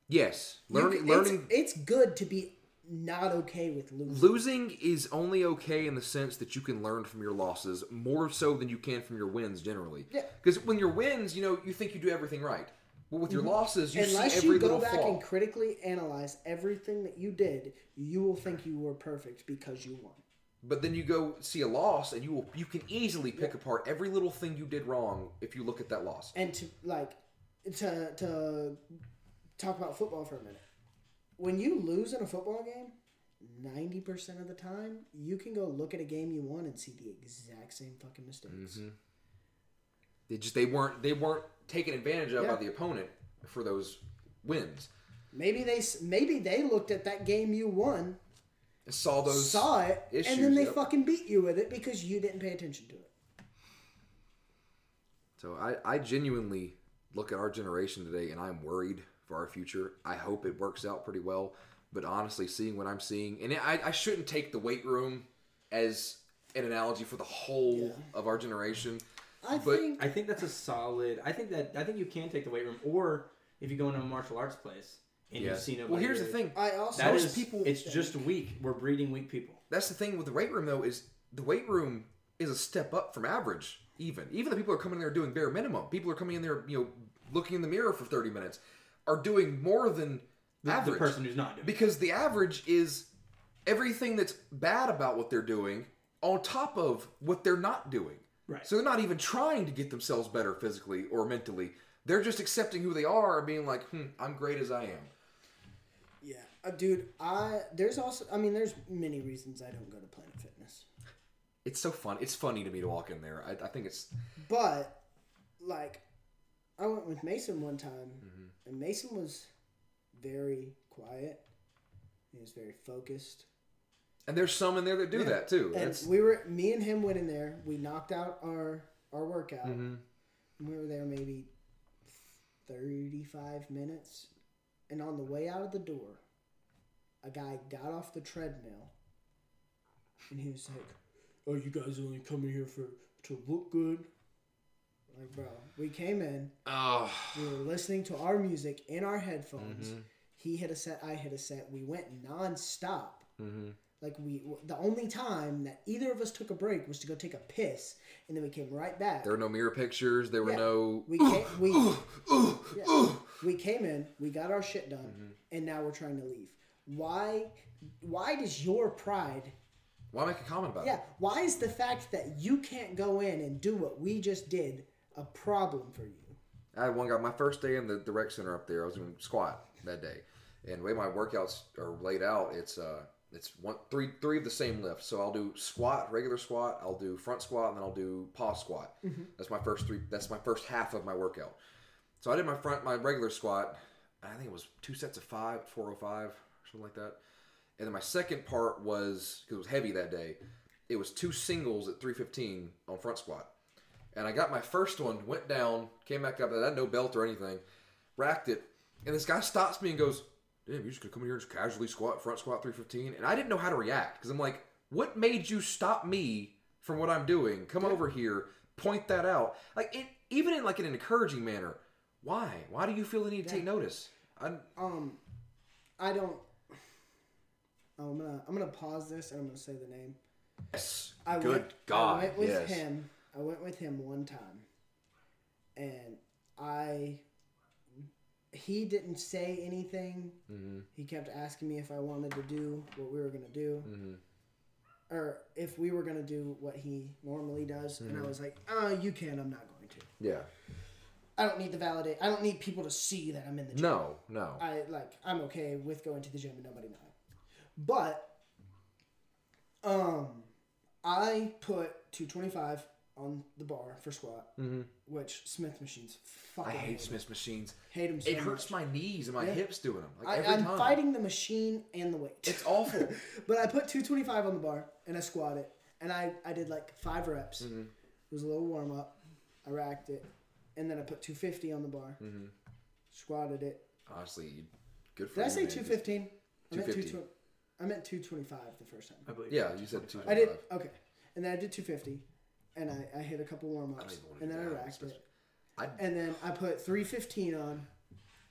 Yes. Learning,
You-
learning,
It's, it's good to be not okay with losing.
Losing is only okay in the sense that you can learn from your losses more so than you can from your wins generally.
Yeah.
Because when your wins, you know, you think you do everything right. But with your losses, you see
Mm-hmm. Unless
every
you go
little
back
flaw.
and critically analyze everything that you did, you will think you were perfect because you won.
But then you go see a loss, and you will, you can easily pick apart every little thing you did wrong if you look at that loss.
And to like to to talk about football for a minute. When you lose in a football game, 90% of the time, you can go look at a game you won and see the exact same fucking mistakes.
Mm-hmm. They just they weren't they weren't taken advantage of
Yeah.
by the opponent for those wins.
Maybe they s- maybe they looked at that game you won,
And saw those
saw it,
issues,
and then they
yep.
fucking beat you with it because you didn't pay attention to it.
So I, I genuinely look at our generation today and I'm worried for our future. I hope it works out pretty well. But honestly, seeing what I'm seeing, and I, I shouldn't take the weight room as an analogy for the whole of our generation.
I
But-
think
I think that's a solid. I think that I think you can take the weight room, or if you go into a martial arts place and you
Yeah.
see nobody.
Well, here's the
really-
thing.
I also
That
Most
is
people-
people. It's just weak. We're breeding weak people.
That's the thing with the weight room, though, is the weight room is a step up from average, even. Even the people who are coming in there doing bare minimum. People are coming in there, you know, looking in the mirror for 30 minutes, are doing more than
The
average.
person who's not doing. it.
because the average is everything that's bad about what they're doing on top of what they're not doing.
Right.
So they're not even trying to get themselves better physically or mentally. They're just accepting who they are and being like, "Hmm, I'm great as I am."
Yeah, uh, dude. I there's also I mean there's many reasons I don't go to Planet Fitness,
It's so fun. It's funny to me to walk in there. I, I think it's
but like I went with Mason one time,
Mm-hmm.
and Mason was very quiet. He was very focused,
and there's some in there that do that too.
and
That's
we were me and him went in there. We knocked out our our workout. And we were there maybe thirty five minutes, and on the way out of the door, a guy got off the treadmill, and he was like. oh, you guys only coming here for to look good. Like, bro, we came in,
oh,
we were listening to our music in our headphones. He hit a set, I hit a set. We went nonstop. Like we, the only time that either of us took a break was to go take a piss, and then we came right back.
there were no mirror pictures. There were
Yeah.
no.
we came, we
Ooh,
yeah.
ooh.
we came in, we got our shit done, and now we're trying to leave. Why? Why does your pride
Why make a comment about
Yeah,
it?
why is the fact that you can't go in and do what we just did a problem for you?
I had one guy my first day in the, the rec center up there. I was doing squat that day, and the way my workouts are laid out, it's uh, it's one three three of the same lift. So I'll do squat, regular squat. I'll do front squat, and then I'll do paw squat. That's my first three. That's my first half of my workout. So I did my front my regular squat. and I think it was two sets of five, four oh five, something like that. And then my second part was because it was heavy that day. It was two singles at three fifteen on front squat and I got my first one, went down, came back up, and I had no belt or anything, racked it, and this guy stops me and goes, "Damn, you just gonna come in here and just casually squat front squat 315?" And I didn't know how to react because I'm like, "What made you stop me from what I'm doing? Come over here, point that out." Like it, even in like an encouraging manner. Why? Why do you feel the need to take notice? I,
Um, I don't. I'm gonna I'm gonna pause this and I'm gonna say the name.
yes.
I
Good
went,
God,
I went with
yes.
him. I went with him one time, and I he didn't say anything.
Mm-hmm.
He kept asking me if I wanted to do what we were gonna do,
Mm-hmm.
or if we were gonna do what he normally does. And
Mm-hmm.
I was like, "Oh, you can. I'm not going to.
Yeah.
I don't need the validate. I don't need people to see that I'm in the gym.
No, no.
I like I'm okay with going to the gym and nobody knowing. But um I put 225 on the bar for squat, which Smith machines
Mm-hmm. I
fucking
hate
him.
Smith machines.
Hate him so
It hurts
much.
my knees and my hips doing them. Like
I,
every
I'm
time.
fighting the machine and the weight.
It's awful.
but I put 225 on the bar and I squatted and I, I did like five reps.
Mm-hmm.
It was a little warm up. I racked it. And then I put 250 on the bar,
Mm-hmm.
squatted it,
Honestly, good for
Did
you.
I say
man.
two fifteen? I meant two
250.
twenty. I meant two twenty five the first time.
believe.
Yeah, you said two.
I did okay, and then I did two fifty, and I, I hit a couple warm
don't
ups,
even wanna
and
do
then I
that,
racked it,
especially- I-
and then I put three fifteen on,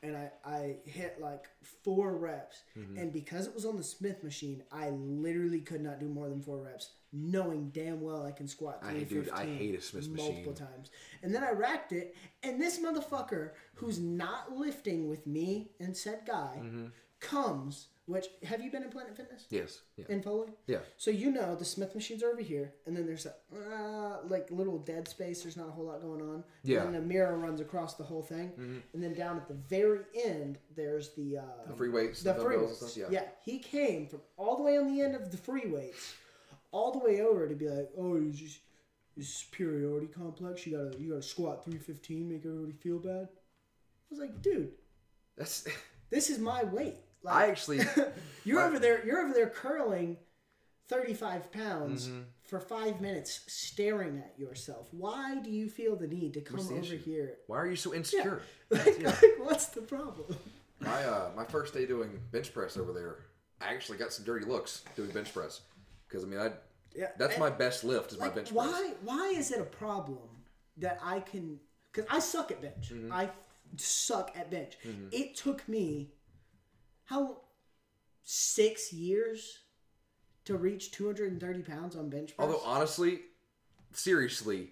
and I I hit like four reps,
Mm-hmm.
and because it was on the Smith machine, I literally could not do more than four reps, knowing damn well I can squat
I-
three
dude,
fifteen.
I hate a Smith
multiple
machine.
times, and then I racked it, and this motherfucker who's not lifting with me and said guy
Mm-hmm.
comes. Which have you been in Planet Fitness?
Yes. Yeah.
in Foley.
Yeah.
So you know the Smith machines are over here, and then there's a uh, like little dead space. There's not a whole lot going on.
Yeah. Mm-hmm.
And then a mirror runs across the whole thing, and then down at the very end there's the uh,
The free weights.
the
dumbbells
free
and
weights.
stuff,
Yeah. He came from all the way on the end of the free weights, all the way over to be like, oh, you just you superiority complex. You gotta you gotta squat three fifteen, make everybody feel bad. I was like, dude,
That's.
this is my weight. Like,
I actually.
you're over there. You're over there curling, thirty-five pounds
Mm-hmm.
for five minutes, staring at yourself. Why do you feel the need to come
What's the
over
issue?
here?
Why are you so insecure?
Like, like, what's the problem?
My uh, my first day doing bench press over there, I actually got some dirty looks doing bench press, because I mean I.
Yeah,
That's
and-
my best lift is my
Like,
bench press.
why? Why is it a problem that I can? Because I suck at bench.
Mm-hmm.
I suck at bench. It took me how six years to reach two hundred and thirty pounds on bench press.
Although honestly, seriously,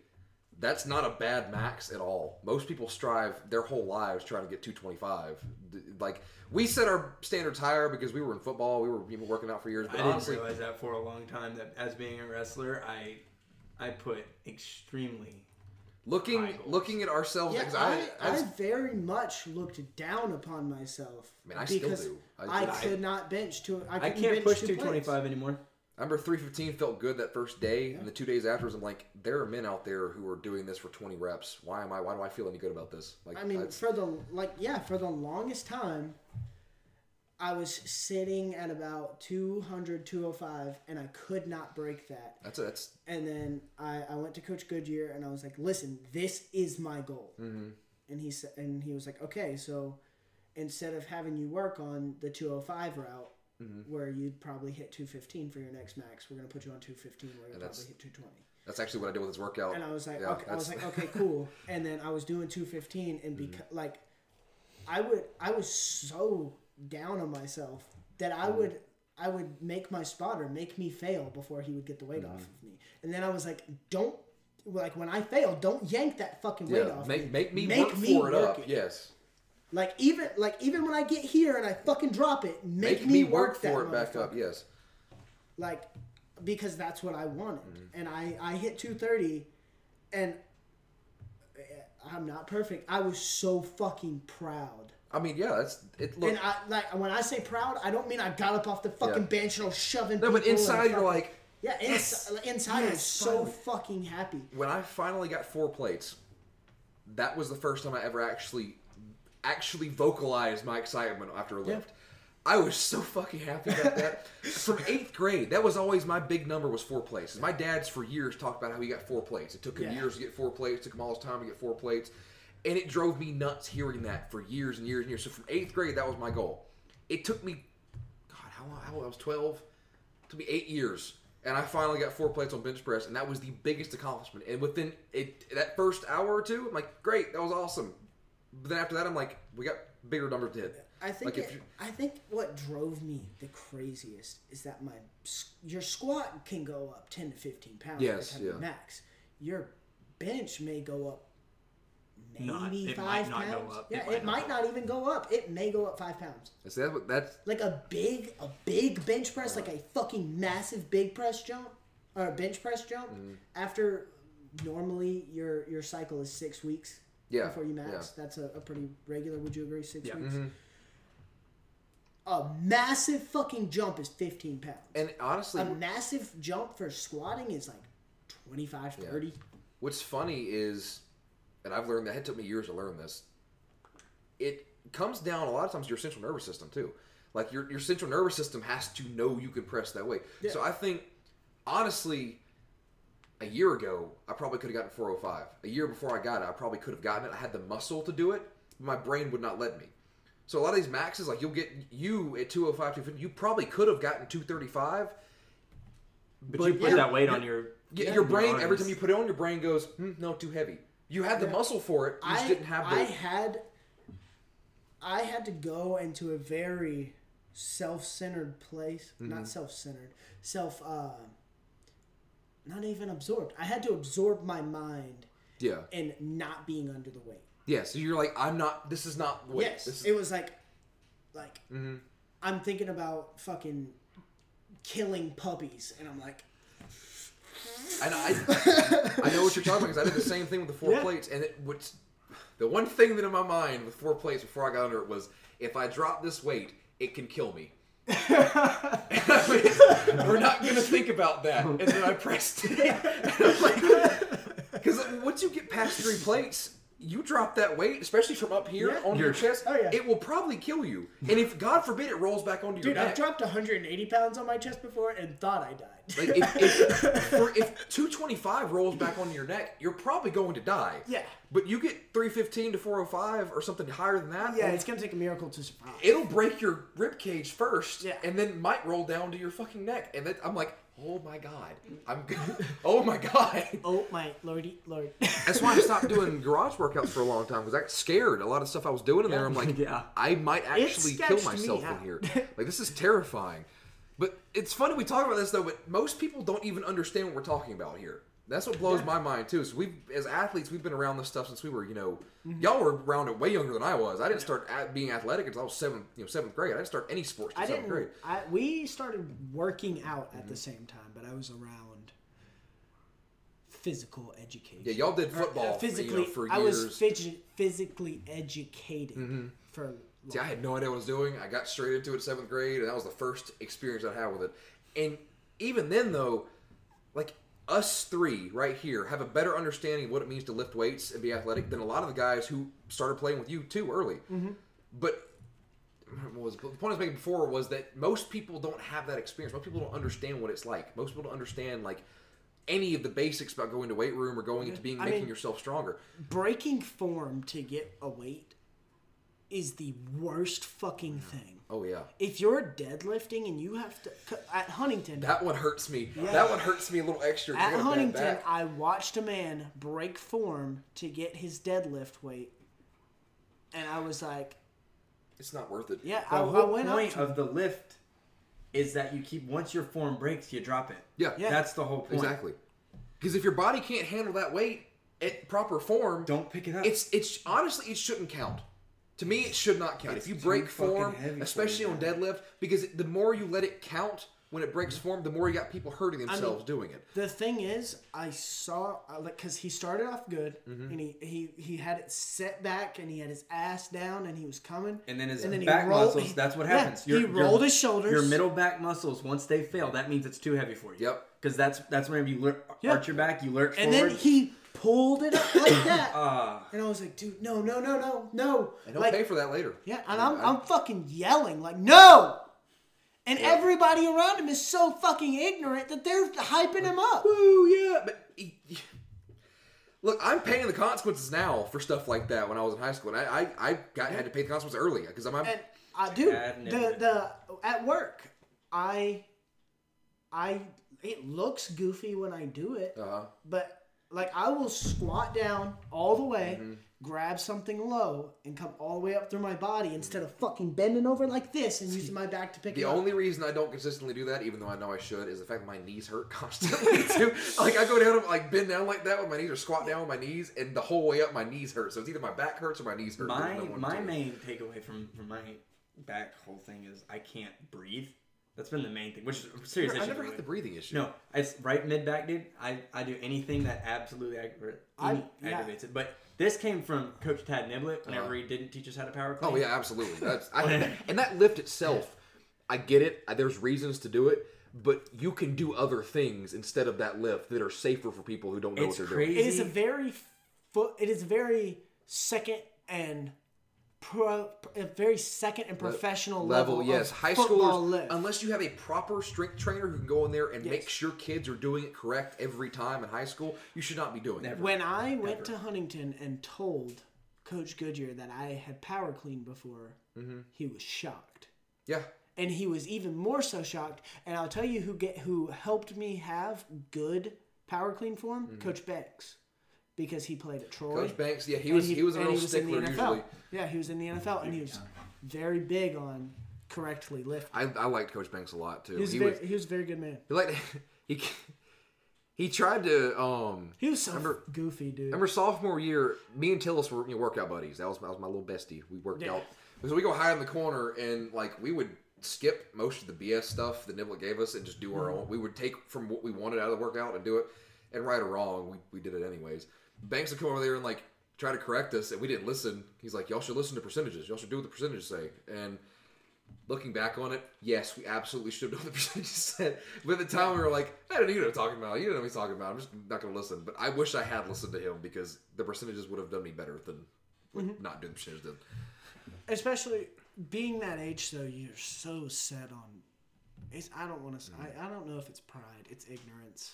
that's not a bad max at all. Most people strive their whole lives trying to get 225. D- Like we set our standards higher because we were in football, we were you know, working out for years.
I
But
didn't
honestly,
realize that for a long time. That as being a wrestler, I I put extremely high
looking
goals.
looking at ourselves,
Yeah,
because
I,
I, I,
I, very much looked down upon myself
mean, I still
because
do. I-
I,
I-
could not bench two. I,
I
couldn't
can't
bench
push
two
two twenty
plates.
five anymore.
I remember 315 felt good that first day, and the two days afterwards, I'm like, there are men out there who are doing this for 20 reps. Why am I? Why do I feel any good about this? Like,
I mean,
that's-
for the like, yeah, for the longest time, I was sitting at about 200, 205, and I could not break that.
that's that's
And then I, I went to Coach Goodyear and I was like, listen, this is my goal. And he said, and he was like, okay, so instead of having you work on the 205 route, where you'd probably hit 215 for your next max, we're gonna put you on 215 where you'll
that's-
probably hit 220.
that's actually what I did with this workout.
And I was like,
Yeah,
okay, I was
that's- Mm-hmm.
like, okay, cool. And then I was doing 215, and because like, I would, I was so down on myself that I
Mm-hmm.
would, I would make my spotter make me fail before he would get the weight off
Mm-hmm.
of me. And then I was like, don't, like when I fail, don't yank that fucking weight
yeah,
oh, off.
make make me
Make
work
me
for it up.
work it.
Yes.
Like even, like even when I get here and I fucking drop it, make,
make me
work,
work
that
for it back up.
motherfucker.
Yes,
like because that's what I wanted.
Mm-hmm.
And I I hit 230 and eh, I'm not perfect. I was so fucking proud.
I mean, yeah, that's it. Look,
And I like when I say proud, I don't mean I got up off the fucking
Yeah.
bench and I was shoving.
no, but
people and
inside you're
fucking-
like,
yeah, ins- inside I was so fucking happy.
when I finally got four plates, that was the first time I ever actually actually vocalized my excitement after a lift. I was so fucking happy about that. From eighth grade, that was always my big number was four plates. My dad's for years talked about how he got four plates. It took him
Yeah.
years to get four plates. It took him all his time to get four plates, and it drove me nuts hearing that for years and years and years. So from eighth grade, that was my goal. It took me, God, how long? How old? I was twelve. It took me eight years, and I finally got four plates on bench press, and that was the biggest accomplishment. And within it, that first hour or two, I'm like, great, that was awesome. But then after that, I'm like, we got bigger numbers to hit.
I think
Like, if
it,
you-
I think what drove me the craziest is that my s- your squat can go up ten to fifteen pounds by the
Yes,
time you
yeah.
max. Your bench may go up
Not-
maybe
it might
five
not go
pounds.
up.
Yeah, it might not even go up. It may go up five pounds.
See, that's what that's
Like a big, a big bench press, like a fucking massive big press jump or a bench press jump.
Mm-hmm.
After normally your your cycle is six weeks
yeah.
before you
yeah. Mm-hmm.
max. That's a, a pretty regular. Would you agree? Six weeks. A massive fucking jump is fifteen pounds.
And honestly,
a massive jump for squatting is like 25, 30.
What's funny is, and I've learned that it took me years to learn this. It comes down a lot of times to your central nervous system too. Like your your central nervous system has to know you can press that way. So I think, honestly, a year ago I probably could have gotten 405. A year before I got it, I probably could have gotten it. I had the muscle to do it. But my brain would not let me. So a lot of these maxes, like you'll get you at 205, 250, you probably could have gotten 235.
But, you put
your-
that weight on your
Yeah, your brain. Every
arms.
time you put it on, your brain goes, hmm, "No, too heavy." You had the muscle for it. You just didn't have the.
I had I had to go into a very self-centered place,
Mm-hmm.
not self-centered, self uh, not even absorbed. I had to absorb my mind
yeah,
and not being under the weight.
yeah. So you're like, "I'm not. This is not weight.
yes,
This is, Mm-hmm.
it was like like I'm thinking about fucking killing puppies and I'm like
and I, I know what you're talking about because I did the same thing with the four plates, and it which, the one thing that in my mind with four plates before I got under it was, if I drop this weight, it can kill me. We're not gonna think about that. And then I pressed it. Because once you get past three plates, you drop that weight, especially from up here on your chest.
Oh, yeah.
It will probably kill you. And if God forbid it rolls back onto your
Dude,
neck.
I've dropped 180 pounds on my chest before and thought I died.
Like if, if, for, if 225 rolls back onto your neck, you're probably going to die.
Yeah.
But you get 315 to 405 or something higher than that.
yeah,
well,
it's gonna take a miracle to survive.
it'll break your rib cage first,
Yeah.
and then might roll down to your fucking neck. And then I'm like, oh my god, I'm g- oh my god.
oh my lordy, lord.
That's why I stopped doing garage workouts for a long time because I got scared. A lot of stuff I was doing in there, I'm like,
Yeah.
I might actually kill
sketched me
myself in
out.
here. Like this is terrifying. But it's funny we talk about this though. But most people don't even understand what we're talking about here. That's what blows my mind too. Is we as athletes we've been around this stuff since we were you know
Mm-hmm.
y'all were around it way younger than I was. I didn't start at being athletic until I was seventh you know seventh grade. I didn't start any sports
I
until seventh
didn't.
grade.
I, we started working out at
Mm-hmm.
the same time, but I was around physical education.
Yeah, y'all did
Or, uh,
football
physically,
you know, for years. Mm-hmm.
I was phys- physically educated for.
See, I had no idea what I was doing. I got straight into it seventh grade, and that was the first experience I had with it. And even then, though, like us three right here have a better understanding of what it means to lift weights and be athletic than a lot of the guys who started playing with you too early.
Mm-hmm.
But what was the point I was making before was that most people don't have that experience. Most people don't understand what it's like. Most people don't understand like any of the basics about going to weight room or going into being
I
making
mean-
yourself stronger.
breaking form to get a weight is the worst fucking thing.
Oh yeah.
If you're deadlifting and you have to at Huntington,
That one hurts me. That one hurts me a little extra. 'cause I
At
got a bad
Huntington,
back.
I watched a man break form to get his deadlift weight, and I was like,
It's not worth it.
"Yeah,
The
I, I
whole
went up."
point
To,
of the lift is that you keep once your form breaks, you drop it.
Yeah. Yeah.
that's the whole point.
Exactly. Because if your body can't handle that weight at proper form,
Don't pick it up.
It's it's honestly it shouldn't count. To me, it should not count. if you
too
break
fucking
form,
heavy for
especially
you,
on
man.
deadlift, because it- the more you let it count when it breaks form, the more you got people hurting themselves doing it.
the thing is, I saw I like because he started off good,
Mm-hmm.
and he, he he had it set back, and he had his ass down, and he was coming,
and then his
he
back
rolled-
muscles. That's what
yeah,
happens.
he rolled his shoulders.
Your middle back muscles, once they fail, that means it's too heavy for you.
Yep.
Because that's that's whenever you lurch,
Yeah.
arch your back, you lurch
and
forward.
then he pulled it up like that,
uh,
and I was like, "Dude, no, no, no, no, no!"
And Ah. don't
like,
pay for that later.
Yeah, and I'm,
I-
I'm fucking yelling like no, and everybody around him is so fucking ignorant that they're hyping him up.
Woo, yeah. But he- he- look, I'm paying the consequences now for stuff like that. When I was in high school, and I I, I got had to pay the consequences early because I'm. I'm
And I do
I've never
the the at work, I, I it looks goofy when I do it,
uh, Mm-hmm.
but like I will squat down all the way, grab something low and come all the way up through my body instead of fucking bending over like this and using my back to pick
The
it up.
only reason I don't consistently do that, even though I know I should, is the fact that my knees hurt constantly too. Like I go down, I'm like bend down like that with my knees, or squat down with my knees, and the whole way up my knees hurt. So it's either my back hurts or my knees hurt.
My
There's no one
my
to-
main takeaway from from my back whole thing is I can't breathe. That's been the main thing, which is a serious issue.
I never
for
had
me.
the breathing issue.
No, it's right mid back, dude. I, I do anything that absolutely aggra-
I- yeah.
aggravates it. But this came from Coach Tad Niblett whenever he didn't teach us how to power clean.
Uh-huh. Oh yeah, absolutely. That's I, and that lift itself, I get it. I- There's reasons to do it, but you can do other things instead of that lift that are safer for people who don't know
It's
what they're
crazy.
doing.
it is a very foot. It is very second and pro, a very second and professional level.
Level, yes,
of
high
football
schoolers.
lift.
Unless you have a proper strength trainer who can go in there and make sure kids are doing it correct every time in high school, you should not be doing it.
When I went to Huntington and told Coach Goodyear that I had power cleaned before,
Mm-hmm.
he was shocked.
Yeah,
and he was even more so shocked. And I'll tell you who get who helped me have good power clean form, Coach Banks, because he played at Troy.
Mm-hmm. Coach Banks. Yeah, he
and
was he, was a
and
real
in the
stickler usually.
NFL. Yeah, he was in the NFL, and he was very big on correctly lifting.
I, I liked Coach Banks a lot too.
He was,
He
very,
was
he was a very good man.
he liked he he tried to um
He was so
Remember-
goofy, dude.
I remember sophomore year, me and Tillis were you know, workout buddies. That was, that was my little bestie. We worked out. So we go hide in the corner and like we would skip most of the BS stuff that Niblet gave us and just do our own. We would take from what we wanted out of the workout and do it. And right or wrong, we, we did it anyways. Banks would come over there and like try to correct us and we didn't listen. He's like, y'all should listen to percentages. Y'all should do what the percentages say. And looking back on it, yes, we absolutely should know what the percentage said. But at the time, we were like, I don't know what I'm talking about. You don't know what he's talking about. I'm just not going to listen. But I wish I had listened to him because the percentages would have done me better than
Mm-hmm.
not doing the percentages. Did.
Especially being that age, though, you're so set on. It's, I don't want to. I, I don't know if it's pride. It's ignorance.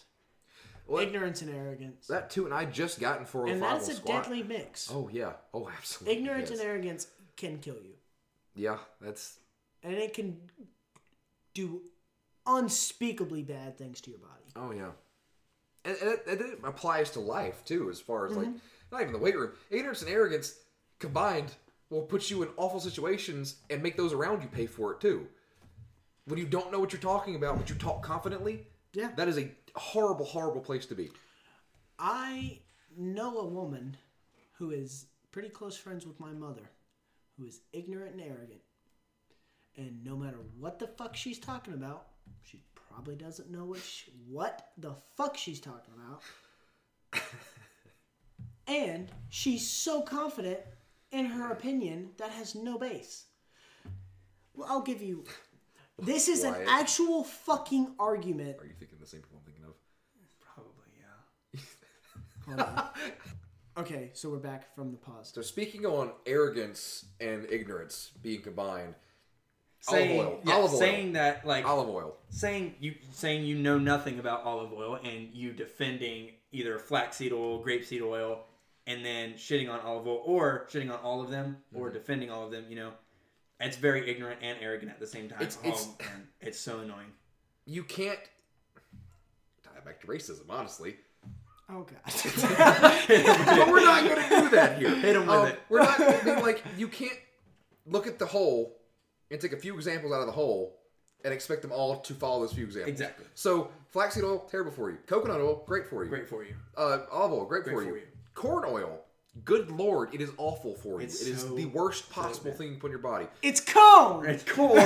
Mm-hmm. Well,
ignorance and arrogance.
That too, and I just gotten
and
405
that's
on
a
squat.
deadly mix.
Oh yeah. Oh absolutely.
Ignorance
yes.
and arrogance can kill you,
Yeah, that's
and it can do unspeakably bad things to your body.
Oh yeah, and, and, it, and it applies to life too, as far as like not even the weight room. Ignorance and arrogance combined will put you in awful situations and make those around you pay for it too. When you don't know what you're talking about, but you talk confidently,
Yeah.
that is a horrible, horrible place to be.
I know a woman who is pretty close friends with my mother, who is ignorant and arrogant, and no matter what the fuck she's talking about, she probably doesn't know what she, what the fuck she's talking about. and she's so confident in her opinion that has no base. Well, I'll give you. This is an
Wyatt.
actual fucking argument.
Are you thinking the same people I'm thinking of?
Probably, yeah.
Okay, so we're back from the pause.
So speaking on arrogance and ignorance being combined,
Saying,
olive oil,
yeah,
olive oil,
saying that like
olive oil.
saying you saying you know nothing about olive oil and you defending either flaxseed oil, grapeseed oil, and then shitting on olive oil or shitting on all of them or
Mm-hmm.
defending all of them, you know. It's very ignorant and arrogant at the same time.
It's- it's-
oh, man, it's so annoying.
You can't tie it back to racism, honestly.
Oh god.
but we're not Oh. going to do that here. Hit
'em with it.
We're not. I mean, like you can't look at the whole and take a few examples out of the whole and expect them all to follow those few examples.
Exactly.
So flaxseed oil terrible for you. Coconut oil great for you.
Great for you.
Uh, olive oil great, for,
for
you.
you.
Corn oil. Good lord, it is awful for you.
It's
It is
so
the worst possible thing you put in your body.
It's cone.
It's corn.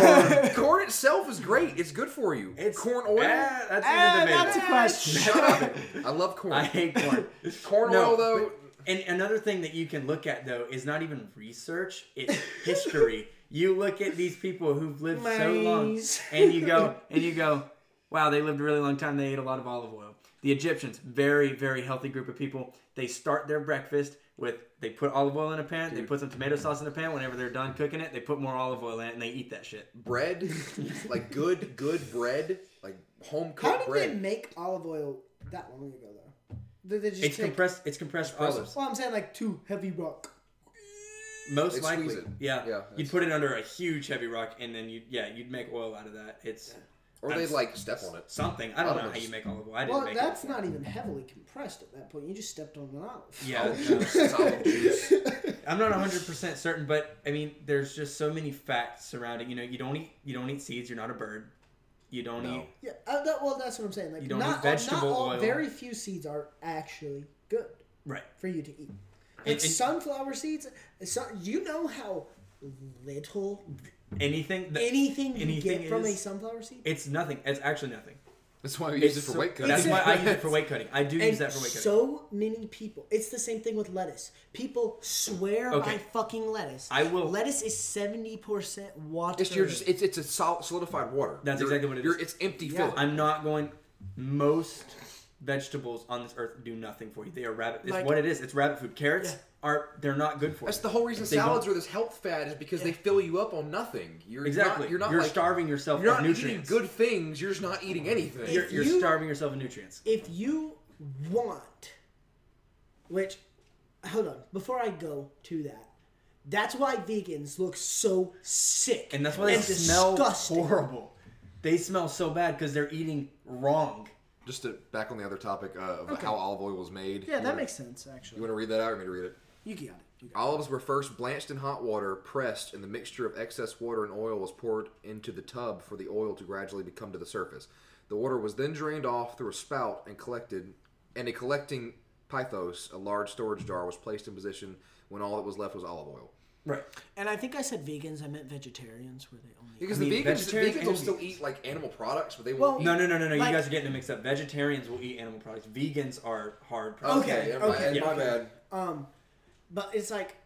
corn itself is great. It's good for you. corn oil.
Ah, that's
Ah,
in the
that's a question.
Shut up. I love corn.
I hate corn.
corn
No,
oil though.
but- and another thing that you can look at though is not even research; it's history. you look at these people who've lived so long,
Maize.
and you go, and you go, wow, they lived a really long time. They ate a lot of olive oil. The Egyptians, very very healthy group of people. They start their breakfast with they put olive oil in a pan. They put some tomato sauce in a pan. Whenever they're done cooking it, they put more olive oil in it and they eat that shit.
bread, like good, good bread, like home
How
cooked
did
bread.
they make olive oil that long ago though? Did they just
It's
take-
compressed. It's compressed olives.
Well, I'm saying like two heavy rock.
Most
They squeeze
likely,
it.
yeah.
Yeah,
You'd
it's-
put it under a huge heavy rock, and then you, yeah, you'd make oil out of that. It's
Or they like step on it.
Something. I don't know how
Olives.
you make olive oil. I didn't
Well,
make
that's
it.
not even heavily compressed at that point. You just stepped on an olive.
Yeah. no.
It's olive juice.
I'm not 100 percent certain, but I mean, there's just so many facts surrounding. You know, you don't eat you don't eat seeds. You're not a bird. You don't
No.
eat.
Yeah, uh, that, well, that's what I'm saying. Like,
You don't
not,
need vegetable
not all,
oil.
Very few seeds are actually good
Right.
for you to eat. Like
And- and-
sunflower seeds. uh, sun- you know how little
Anything. That,
anything you
anything
get from a
is-
sunflower seed.
It's nothing. It's actually nothing.
That's why we use it
It's
for
so-
weight cutting.
That's why I use it for weight cutting. I do
And
use that for weight cutting.
so many people. It's the same thing with lettuce. People swear by
Okay.
fucking lettuce.
I will-
Lettuce is seventy percent water.
It's you're just it's it's a sol solidified water.
That's
You're-
exactly what it
you're-
is.
It's empty
Yeah.
filling.
I'm not going. Most vegetables on this earth do nothing for you. They are rabbit. It's
Like-
what it is. It's rabbit food. Carrots
Yeah.
are they're not good for
That's
you.
the whole reason
They don't-
salads are this health fad is because they fill you up on nothing. You're
exactly.
Not, you're not like,
starving yourself
You're
of
not
nutrients.
eating good things. You're just not eating anything.
You're, you're
You-
starving yourself of nutrients.
if you want, which, hold on, before I go to that, that's why vegans look so sick
And that's why they smell
disgusting.
horrible. They smell so bad because they're eating wrong.
Just to back on the other topic uh, of how olive oil was made.
Yeah,
you
that
wanna-
makes sense.
You
Actually,
want to read that out or me to read it?
you got it. You got
Olives were first blanched in hot water, pressed, and the mixture of excess water and oil was poured into the tub for the oil to gradually become to the surface. The water was then drained off through a spout and collected, and a collecting pythos, a large storage jar, was placed in position when all that was left was olive oil.
Right.
it. And I think I said vegans. I meant vegetarians, where they only.
Because
I
the
mean,
vegans, the
vegetarians
vegans will
and-
still eat like animal products, but they
Well,
won't.
No, no, no, no, no.
Like-
you guys are getting it mixed up. Vegetarians will eat animal products. Vegans are hard.
eat.
products.
okay,
yeah, my-
okay,
my
okay.
bad.
Um, but it's like,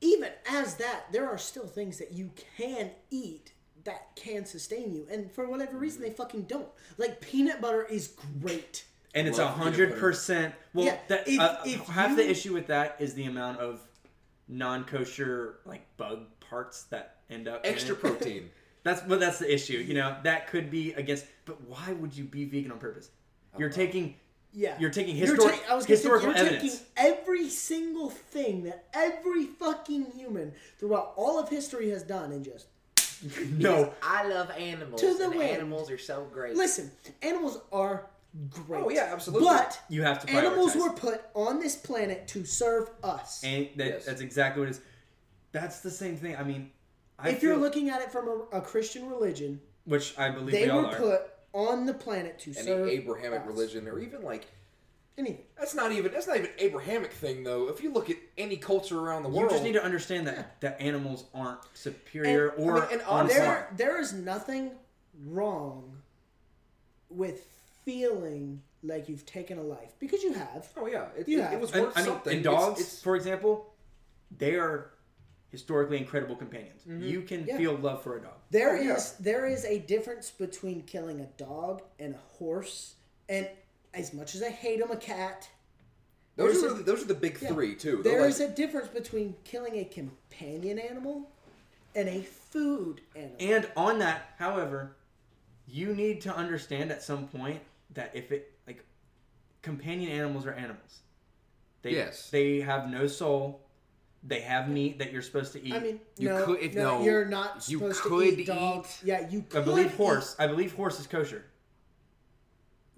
even as that, there are still things that you can eat that can sustain you, and for whatever reason, they fucking don't. Like peanut butter is great.
and it's a
Love peanut
hundred percent. Well,
Yeah,
that,
if-
uh,
if
half
you-
the issue with that is the amount of non-kosher like bug parts that end up in
Extra
it.
protein.
That's but that's the issue. You know that could be against. But why would you be vegan on purpose? You're
Uh-huh.
taking
Yeah.
You're taking
ta-
historic-
I was gonna say,
historical
you're
evidence.
taking every single thing that every fucking human throughout all of history has done and just
no.
I love animals.
To the
and
wind.
Animals are so great.
listen, animals are great.
Oh, yeah, absolutely.
But
You have to.
animals
prioritize.
were put on this planet to serve us.
And that,
Yes.
that's exactly what it is. That's the same thing. I mean, I
if you're
feel-
looking at it from a, a Christian religion,
which I believe
they
we all
were
are.
put on the planet to
Any
serve
Abrahamic
us.
religion, or even like
Anything.
that's not even that's not even Abrahamic thing though. If you look at any culture around the
you
world,
just need to understand that that animals aren't superior
And-
or
I mean, and
on
honestly-
par.
there there is nothing wrong with feeling like you've taken a life because you have
Oh yeah, it,
Yeah.
it, it was
And,
worth
I mean,
something.
and dogs,
It's, it's,
for example, they are historically incredible companions.
Mm-hmm.
You can
Yeah.
feel love for a dog.
There
Oh,
is
yeah.
there is a difference between killing a dog and a horse and as much as I hate him a cat
those
there's
are the, those are the big three too. They're
there
like-
is a difference between killing a companion animal and a food animal.
And on that, however, you need to understand at some point that if it like companion animals are animals. They,
Yes.
They have no soul. They have meat that you're supposed to eat.
I mean,
You
no,
could- if-
no,
no,
you're not
you
supposed
could
to eat dog.
eat-
Yeah, you
I
could
believe
eat-
horse. I believe horse is kosher.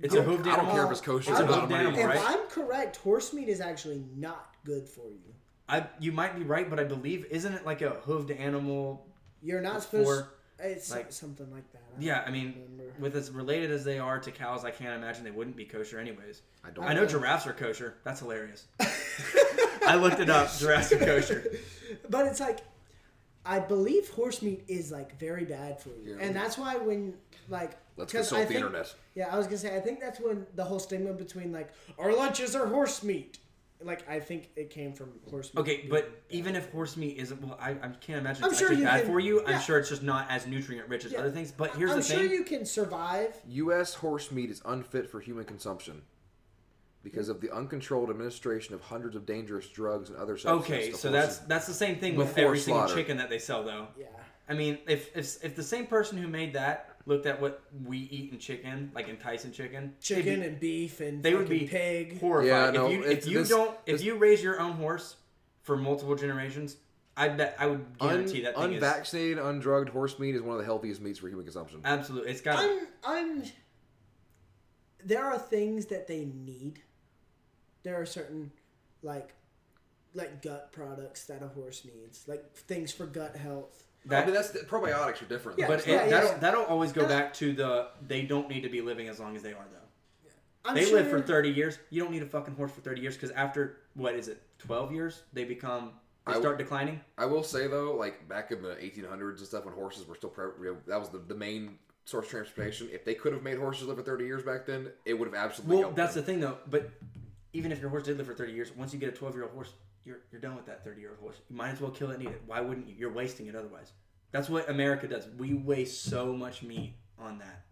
It's
I
a
don't-
hoofed
I don't
animal.
care if it's kosher
It's
or
a
not.
hoofed animal,
If
right?
I'm correct, horse meat is actually not good for you.
I, you might be right, but I believe isn't it like a hoofed animal?
You're not
Before,
supposed. It's
like-
something like that. I
Yeah,
don't
I mean,
remember.
with as related as they are to cows, I can't imagine they wouldn't be kosher anyways.
I don't.
I know giraffes are kosher. That's hilarious. I looked it up. Giraffes are kosher.
But it's like, I believe horse meat is like very bad for you,
Yeah.
and that's why when like
Let's
'cause
consult
I
the
think-
internet.
Yeah, I was gonna say I think that's when the whole stigma between like our lunches are horse meat, like I think it came from horse meat.
Okay,
being
but
bad.
even if horse meat isn't, well, I, I can't imagine
I'm
it's
sure
actually
you
bad
can-
for you.
yeah.
I'm sure it's just not as nutrient rich as
Yeah.
other things. But here's
I'm
the
sure
thing.
you can survive.
U.S. horse meat is unfit for human consumption because of the uncontrolled administration of hundreds of dangerous drugs and other substances.
Okay,
to
so
horses.
that's that's the same thing with
Before
every single
slaughter.
chicken that they sell, though.
Yeah.
I mean, if, if if the same person who made that looked at what we eat in chicken, like in Tyson chicken, they'd be-
Chicken and beef and
they would
fucking
be
pig.
horrified.
Yeah, no,
if you,
it's-
if you
this-
don't, if
this-
you raise your own horse for multiple generations, I bet I would guarantee that thing is
unvaccinated, undrugged horse meat is one of the healthiest meats for human consumption.
absolutely. It's got.
I'm I'm there are things that they need. There are certain like like gut products that a horse needs, like things for gut health.
I
that,
mean, that's probiotics are different.
Yeah,
though.
but it,
yeah, yeah,
that'll,
yeah.
that'll always go back to the they don't need to be living as long as they are though.
I'm
they live for
sure-
30 years. You don't need a fucking horse for 30 years because after what is it, 12 years, they become they
I-
start declining.
I will say though, like back in the 1800s and stuff, when horses were still pre- you know, that was the, the main source of transportation. If they could have made horses live for 30 years back then, it would have absolutely.
Well,
helped
that's
them.
the thing though. But even if your horse did live for 30 years, once you get a 12 year old horse, you're you're done with that 30 year old horse. You might as well kill it and eat it. Why wouldn't you? You're wasting it otherwise. That's what America does. We waste so much meat on that.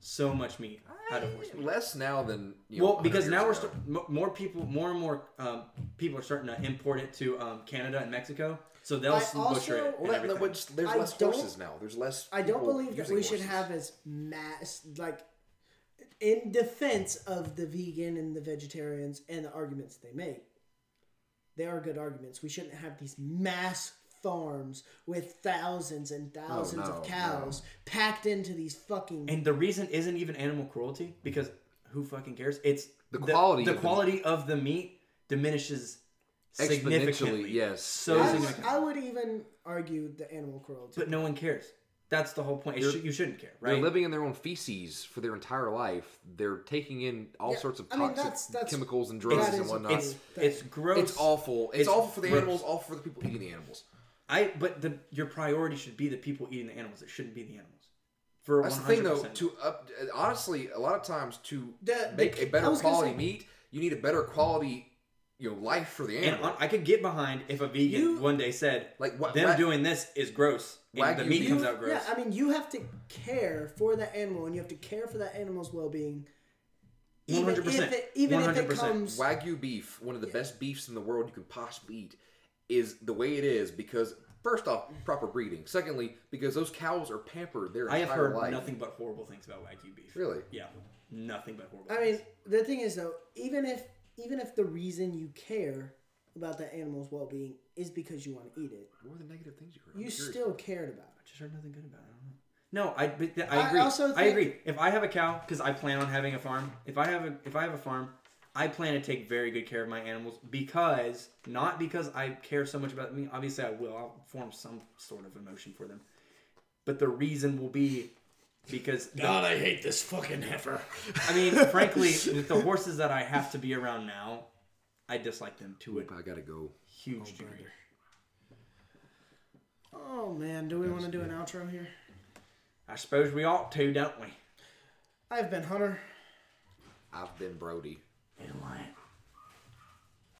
So much meat out of horse meat.
less now than you know,
Well, because
100
now we're
years
st-
ago.
m- more people, more and more um, people are starting to import it to um, Canada and Mexico, so they'll
I
s- butcher
also-
it. and
Well, that, that
everything.
was- there's
I
less
don't-
horses now. There's less.
I don't
people
believe that
using
we should
horses.
have as mass like in defense of the vegan and the vegetarians and the arguments they make. They are good arguments. We shouldn't have these mass farms with thousands and thousands
Oh, no,
of cows packed into these fucking
And the reason isn't even animal cruelty because who fucking cares? It's
The quality
The,
of the-
quality of the meat diminishes significantly.
Exponentially, yes.
so
Yes.
I would,
significantly.
I would even argue the animal cruelty.
But no one cares. That's the whole point. It
They're-
shou- you shouldn't care,
They're
right?
living in their own feces for their entire life. They're taking in all
Yeah,
sorts of
I mean,
toxic
that's- that's-
chemicals and drugs
that
and
is-
whatnot.
it's
It's,
it's gross.
awful. It's,
It's
awful for the
gross.
animals. Awful for the people eating the animals.
I but the your priority should be the people eating the animals. It shouldn't be the animals. For
That's
100%.
the thing, though. To up, honestly, a lot of times to
The-
make
the-
a better
I was gonna
quality
say-
meat, you need a better quality, you know, life for the
And
animal.
on, I could get behind if a vegan
You-
one day said,
Like, what-
them
what-
doing this is gross, and the
Wagyu
meat
beef.
comes out gross."
yeah, I mean, you have to care for that animal, and you have to care for that animal's well-being. Even
100%.
if it, even if it
100%.
comes
Wagyu beef, one of the best beefs in the world you can possibly eat, is the way it is because first off, proper breeding. Secondly, because those cows are pampered their
I have
entire
heard
life.
nothing but horrible things about wagyu beef.
Really?
Yeah, nothing but horrible.
I mean, the thing is though, even if even if the reason you care about that animal's well-being is because you want to eat it,
What were the negative things you heard? I'm
you
curious.
still cared about it.
just heard nothing good about it. I don't know. No, I but th-
I
I agree. I,
also think-
agree. If I have a cow, because I plan on having a farm. If I have a if I have a farm, I plan to take very good care of my animals because not because I care so much about me. Obviously, I will. I'll form some sort of emotion for them, but the reason will be because the-
I hate this fucking heifer.
I mean, frankly, with the horses that I have to be around now, I dislike them to a
I gotta go.
huge degree.
Oh man, do we want to do an outro here?
I suppose we ought to, don't we?
I've been Hunter.
I've been Brody.
And I